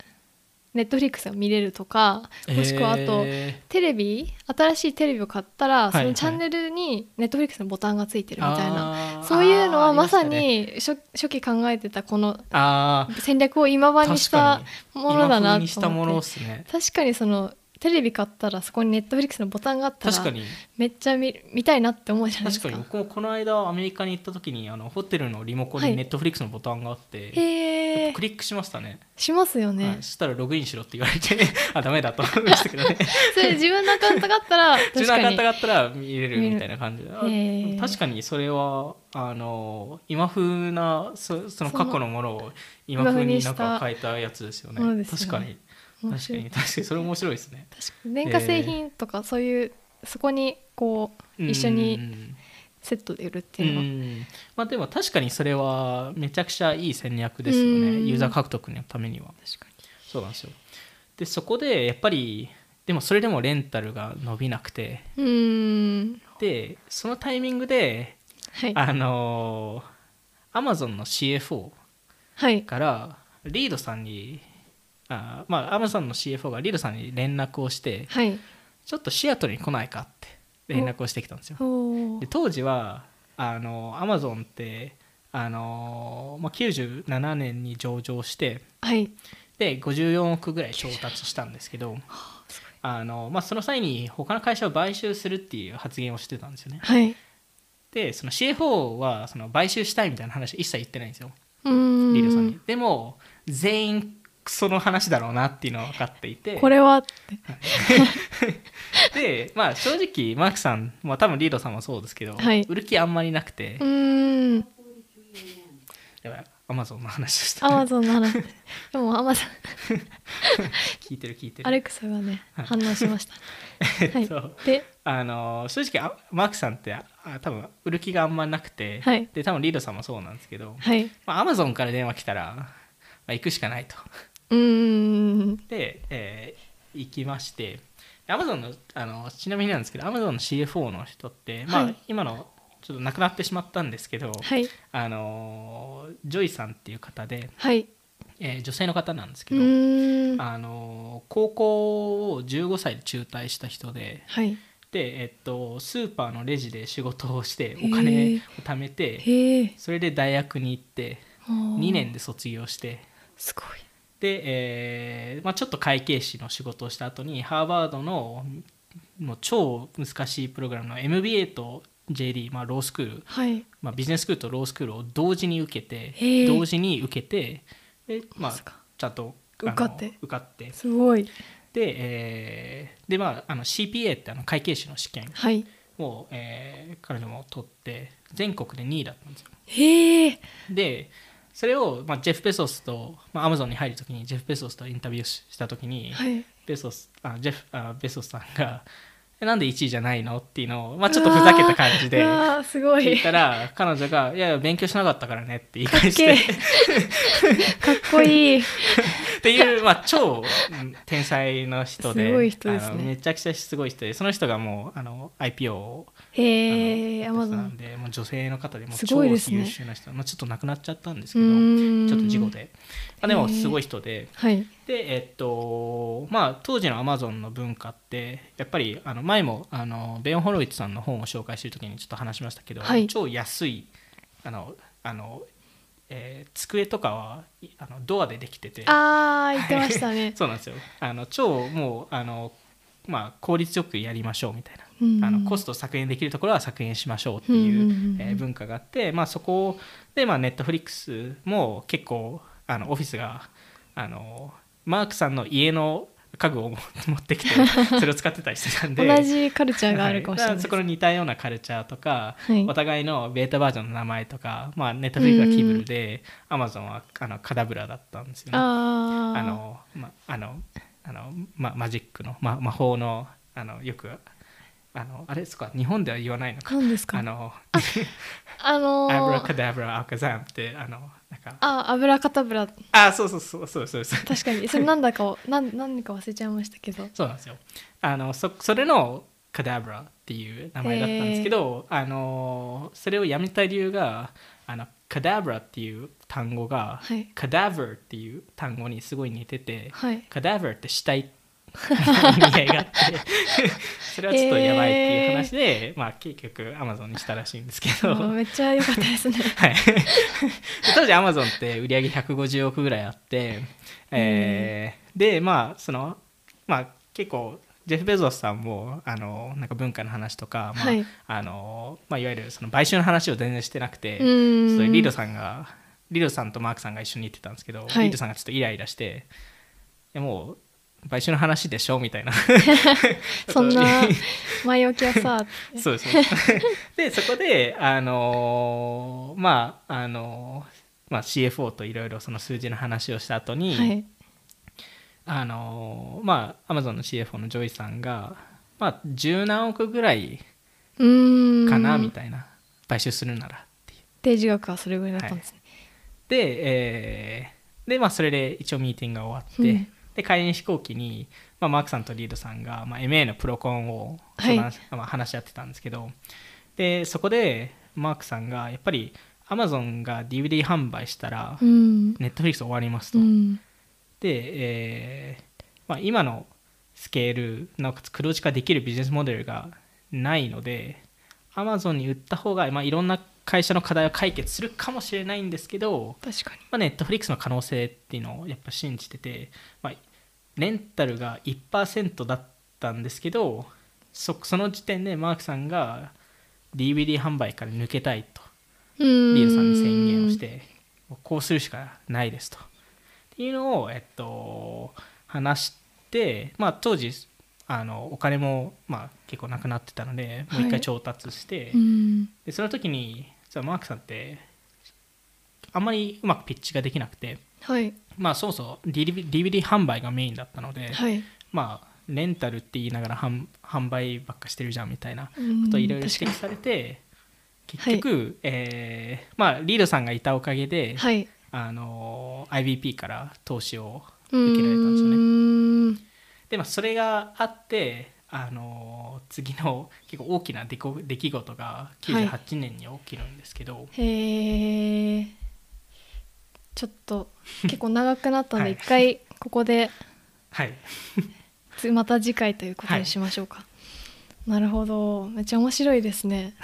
Speaker 1: ネットフリックスが見れるとかもしくはあと、
Speaker 2: え
Speaker 1: テレビ新しいテレビを買ったら
Speaker 2: い
Speaker 1: そ
Speaker 2: は
Speaker 1: の
Speaker 2: い
Speaker 1: チャンネルにネットフリックスのボタンがついてる
Speaker 2: ー
Speaker 1: みたいな、
Speaker 2: あー
Speaker 1: そういうのはまさ
Speaker 2: ありし
Speaker 1: に初,、初期考えてたこの
Speaker 2: たねあー
Speaker 1: 戦略を今場にした
Speaker 2: 確かに
Speaker 1: ものだな
Speaker 2: 今風
Speaker 1: と
Speaker 2: にしたも
Speaker 1: 思
Speaker 2: の
Speaker 1: っ
Speaker 2: で
Speaker 1: て
Speaker 2: すね。
Speaker 1: 確かにそのテレビ買ったらそこにネットフリックスのボタンがあったら
Speaker 2: 確かに
Speaker 1: めっちゃ見見たいなって思うじゃないですか
Speaker 2: 確かに僕もこの間アメリカに行った時にあのホテルのリモコン
Speaker 1: は
Speaker 2: に
Speaker 1: い
Speaker 2: ネットフリックスのボタンがあって、
Speaker 1: へえ
Speaker 2: クリックしましたね
Speaker 1: しますよね、
Speaker 2: はいそしたらログインしろって言われて あダメだと思いましたけどね
Speaker 1: それ自分のアカウントがあったら 確
Speaker 2: 自分の
Speaker 1: か
Speaker 2: アカ
Speaker 1: に
Speaker 2: ウントがあったら見れるみたいな感じであ
Speaker 1: へー
Speaker 2: 確かにそれはあの今風なそその過去のものを今風になんか変えたやつですよね
Speaker 1: ものですよね
Speaker 2: 確かに
Speaker 1: 面
Speaker 2: 確か
Speaker 1: 白い
Speaker 2: に確かにそれ面白いですね
Speaker 1: 確かに電化製品とかそういうそこにこう一緒
Speaker 2: うんう
Speaker 1: に
Speaker 2: んうん
Speaker 1: セットで売るっていうのは、
Speaker 2: うんまあ、でも確かにそれはめちゃくちゃいい戦略ですよ
Speaker 1: う
Speaker 2: ね
Speaker 1: ん
Speaker 2: ユーザー獲得のためには
Speaker 1: 確かに
Speaker 2: そうなんですよでそこでやっぱりでもそれでもレンタルが伸びなくて
Speaker 1: うーん
Speaker 2: でそのタイミングで
Speaker 1: はい
Speaker 2: あのアマゾンの CFO
Speaker 1: はい
Speaker 2: からリードさんにあーまあアマゾンの CFO がリードさんに連絡をして
Speaker 1: はい
Speaker 2: ちょっとシアトルに来ないかって連絡をしてきたんですよ
Speaker 1: おー
Speaker 2: で当時はあのアマゾンってあの、まあ、97年に上場して
Speaker 1: はい
Speaker 2: で54億ぐらい調達したんですけどあの、まあ、その際に他の会社を買収するっていう発言をしてたんですよね
Speaker 1: はい
Speaker 2: でその CFO はその買収したいみたいな話は一切言ってないんですよ
Speaker 1: うーん
Speaker 2: リードさんにでも全員その話だろうなっていうのは分かっていて
Speaker 1: これはって
Speaker 2: で、まあ、正直マークさん、まあ、多分リードさんもそうですけど、
Speaker 1: はい
Speaker 2: 売る気あんまりなくて
Speaker 1: う、ーん
Speaker 2: やばいアマゾンの話をした
Speaker 1: アマゾンの 話でもアマゾン
Speaker 2: 聞いてる聞いてる
Speaker 1: アレクサがね
Speaker 2: はい
Speaker 1: 反応しましたは
Speaker 2: えっ
Speaker 1: い
Speaker 2: と
Speaker 1: で
Speaker 2: あの正直あマークさんってあ多分売る気があんまなくて、
Speaker 1: はい
Speaker 2: で多分リードさんもそうなんですけど、
Speaker 1: はいう
Speaker 2: まあ、アマゾンから電話来たら、まあ、行くしかないと
Speaker 1: ーん
Speaker 2: で、えー行きましてアマゾンのあのちなみになんですけどアマゾンの CFO の人って、まあ
Speaker 1: はい
Speaker 2: 今のちょっと亡くなってしまったんですけど、
Speaker 1: はい
Speaker 2: あのジョイさんっていう方で、
Speaker 1: はい
Speaker 2: えー女性の方なんです
Speaker 1: う
Speaker 2: けど、
Speaker 1: ーんは
Speaker 2: あの高校を15歳で中退した人で
Speaker 1: い
Speaker 2: で、えっと、スーパーのレジで仕事をして
Speaker 1: ー
Speaker 2: お金を貯めて
Speaker 1: へえ
Speaker 2: それで大学に行って2
Speaker 1: 2
Speaker 2: 年で卒業して
Speaker 1: すごい
Speaker 2: で、えーまあ、ちょっと会計士の仕事をした後にハーバードのもう超難しいプログラムの MBA と JD、まあ、ロースクール、
Speaker 1: はい
Speaker 2: まあ、ビジネススクールとロースクールを同時に受けて
Speaker 1: へえ
Speaker 2: 同時に受けてで、
Speaker 1: ま
Speaker 2: まあ
Speaker 1: さか、
Speaker 2: ちゃんとあの
Speaker 1: 受かって
Speaker 2: 受かって
Speaker 1: すごい
Speaker 2: で,、えーでまあ、あの CPA ってあの会計士の試験
Speaker 1: はい
Speaker 2: を、えー彼女も取って全国で2位だったんですよ
Speaker 1: へえ
Speaker 2: でそれを、まあ、ジェフ・ベソスと、まあ、アマゾンに入るときにジェフ・ベソスとインタビューししたときに、
Speaker 1: はい
Speaker 2: ベソスあジェフあベソスさんが「えなんで1位じゃないの?」っていうのを、まあ、ちょっとふざけた感じで
Speaker 1: うわーすご
Speaker 2: 聞
Speaker 1: い
Speaker 2: いたら彼女が「いやいや勉強しなかったからね」って言い返し
Speaker 1: け
Speaker 2: て
Speaker 1: えかっこいい
Speaker 2: っていう、まあ、超うん天才の人です
Speaker 1: ごい人ですね
Speaker 2: あのめちゃくちゃすごい人でその人がもうあの IPO を
Speaker 1: へえ
Speaker 2: あ
Speaker 1: ア
Speaker 2: の
Speaker 1: マゾ
Speaker 2: やってたん
Speaker 1: ン
Speaker 2: でもう女性の方でもう
Speaker 1: す
Speaker 2: 超
Speaker 1: ごい
Speaker 2: 優
Speaker 1: ですね
Speaker 2: 秀な人、まあ、ちょっと亡くなっちゃったんです
Speaker 1: う
Speaker 2: けどち
Speaker 1: ーん
Speaker 2: ょっと事故で、まあ、でもすごい人で。
Speaker 1: はい
Speaker 2: でえっとまあ、当時のアマゾンの文化ってやっぱりあの前もあのベン・ホロイツさんの本を紹介してる時にちょっと話しましたけど、
Speaker 1: はい
Speaker 2: 超安いあのあの、えー机とかはいあのドアでできてて
Speaker 1: あー言ってましたね
Speaker 2: そうなんですよあの超もうあの、まあ、効率よくやりましょうみたいな、
Speaker 1: うん
Speaker 2: あのコスト削減できるところは削減しましょうっていう,、
Speaker 1: うんうんうんうん
Speaker 2: えー文化があって、まあ、そこで、まあ、ネットフリックスも結構あのオフィスがあのマークさんの家の家具を持っ てきてそれを使ってたりしてたんで。
Speaker 1: 同じカルチャーがあるかもしれない
Speaker 2: は
Speaker 1: で
Speaker 2: だ
Speaker 1: す
Speaker 2: そこの似たようなカルチャーとか、
Speaker 1: はい
Speaker 2: お互いのベータバージョンの名前とか、まあ、ネットフリックスはキブルで、アマゾンはあのカダブラだったんですよね。
Speaker 1: あ
Speaker 2: あ
Speaker 1: あ
Speaker 2: の、ま、あの、あの、ま、マジックの、ま、魔法の、あの、よく。あの、あれ、そっか、日本では言わないのか。
Speaker 1: 何ですか
Speaker 2: あ
Speaker 1: あの
Speaker 2: の、アブラ
Speaker 1: ー
Speaker 2: カダブラアカザンって、あの、なんか。
Speaker 1: あ油かたぶら確
Speaker 2: あ、そうそうそうそうそうそう。
Speaker 1: かにそれなんだかをなん何か忘れちゃいましたけど
Speaker 2: そうなんですよ。あの、そ、それの。カダブラっていう名前だったんですけど、あのそれをやめた理由があのカダブラっていう単語が、
Speaker 1: はい
Speaker 2: カダブルっていう単語にすごい似てて、
Speaker 1: はい
Speaker 2: カダーバーって死体 の意味合いがあってそれはちょっとやばいっていう話で、まあ、結局アマゾンにしたらしいんですけど、
Speaker 1: もう
Speaker 2: はい、
Speaker 1: めっちゃ良かったですね
Speaker 2: 当時アマゾンって売り上げ150億ぐらいあって、えーでまあそのまあ結構ジェフ・ベゾスさんもあのなんか文化の話とか、まあ
Speaker 1: はい
Speaker 2: あのまあ、いわゆるその買収の話を全然してなくて、
Speaker 1: うーん
Speaker 2: それリードさんがリードさんとマークさんが一緒に行ってたんですけど、
Speaker 1: はい
Speaker 2: リードさんがちょっとイライラして「いやもう買収の話でしょ」みたいな
Speaker 1: そんな前置きは さ
Speaker 2: そうです そうですでそこであのーまああのーまあ、CFO といろいろその数字の話をした後に、
Speaker 1: はい
Speaker 2: あのーまあアマゾンの CFO のジョイさんがまあ十何億ぐらいう
Speaker 1: ーん
Speaker 2: かなみたいな買収するならっていう
Speaker 1: 定時額はそれぐらいだったんですね、
Speaker 2: で,、えーでまあ、それで一応ミーティングが終わって、
Speaker 1: うん
Speaker 2: で帰りに飛行機に、まあ、マークさんとリードさんが、まあ、MA のプロコンを
Speaker 1: はい
Speaker 2: 相談しまあ、話し合ってたんですけどでそこでマークさんがやっぱりアマゾンが DVD 販売したら、
Speaker 1: うん
Speaker 2: ネットフリックス終わります
Speaker 1: う
Speaker 2: と。
Speaker 1: ん
Speaker 2: で、えーまあ、今のスケールなおかつ黒字化できるビジネスモデルがないので Amazon に売った方が、まあ、いろんな会社の課題を解決するかもしれないんですけど、
Speaker 1: 確かに
Speaker 2: まあ、ネットフリックスの可能性っていうのをやっぱ信じてて、まあ、レンタルが1%だったんですけどそその時点でマークさんが DVD 販売から抜けたいと
Speaker 1: うーん
Speaker 2: リードさんに宣言をしてもうこうするしかないですと。っていうのを、えっと、話して、まあ、当時あのお金も、まあ、結構なくなってたのでもう一
Speaker 1: は
Speaker 2: 回
Speaker 1: い
Speaker 2: 調達して、
Speaker 1: うん
Speaker 2: でその時に実はマークさんってあんまりうまくピッチができなくて、
Speaker 1: はい
Speaker 2: まあ、そもそも DVD DVD 販売がメインだったので、
Speaker 1: はい
Speaker 2: まあ、レンタルって言いながら販販売ばっかしてるじゃんみたいな
Speaker 1: うん
Speaker 2: ことをいろいろ
Speaker 1: 確か
Speaker 2: 指摘
Speaker 1: に
Speaker 2: されて結局、えーまあ、リードさんがいたおかげで、
Speaker 1: はい
Speaker 2: あの IBP から投資を
Speaker 1: 受
Speaker 2: けられたんですよね
Speaker 1: んですよね
Speaker 2: で、まあ、それがあって、あの次の結構大きな出こ出来事が98年に起きるんですけど、
Speaker 1: へえちょっと結構長くなったん
Speaker 2: は
Speaker 1: で
Speaker 2: い
Speaker 1: 一回ここで
Speaker 2: はい
Speaker 1: つまた次回ということにしましょうか、なるほどめっちゃ面白いですね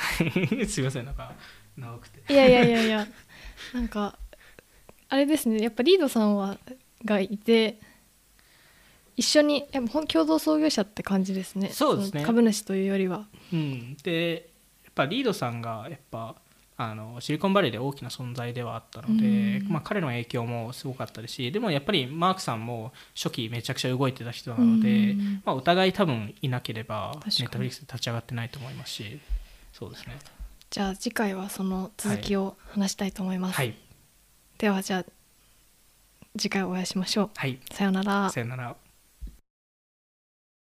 Speaker 2: すいませんなんか長くて
Speaker 1: いやいやいやいや なんかあれですねやっぱリードさんはがいて一緒にやっぱほん共同創業者って感じですね
Speaker 2: そうですね
Speaker 1: の株主というよりは
Speaker 2: うん、でやっぱリードさんがやっぱあのシリコンバレーで大きな存在ではあったので、
Speaker 1: うん
Speaker 2: まあ、彼の影響もすごかったですしでもやっぱりマークさんも初期めちゃくちゃ動いてた人なので、
Speaker 1: うん
Speaker 2: まあ、お互い多分いなければネ
Speaker 1: かに
Speaker 2: ットフリックス立ち上がってないと思いますしそうですね
Speaker 1: じゃあ次回はその続きを話したいと思います、
Speaker 2: はい
Speaker 1: ではじゃあ次回お会いしましょう
Speaker 2: はい
Speaker 1: さようなら
Speaker 2: さよなら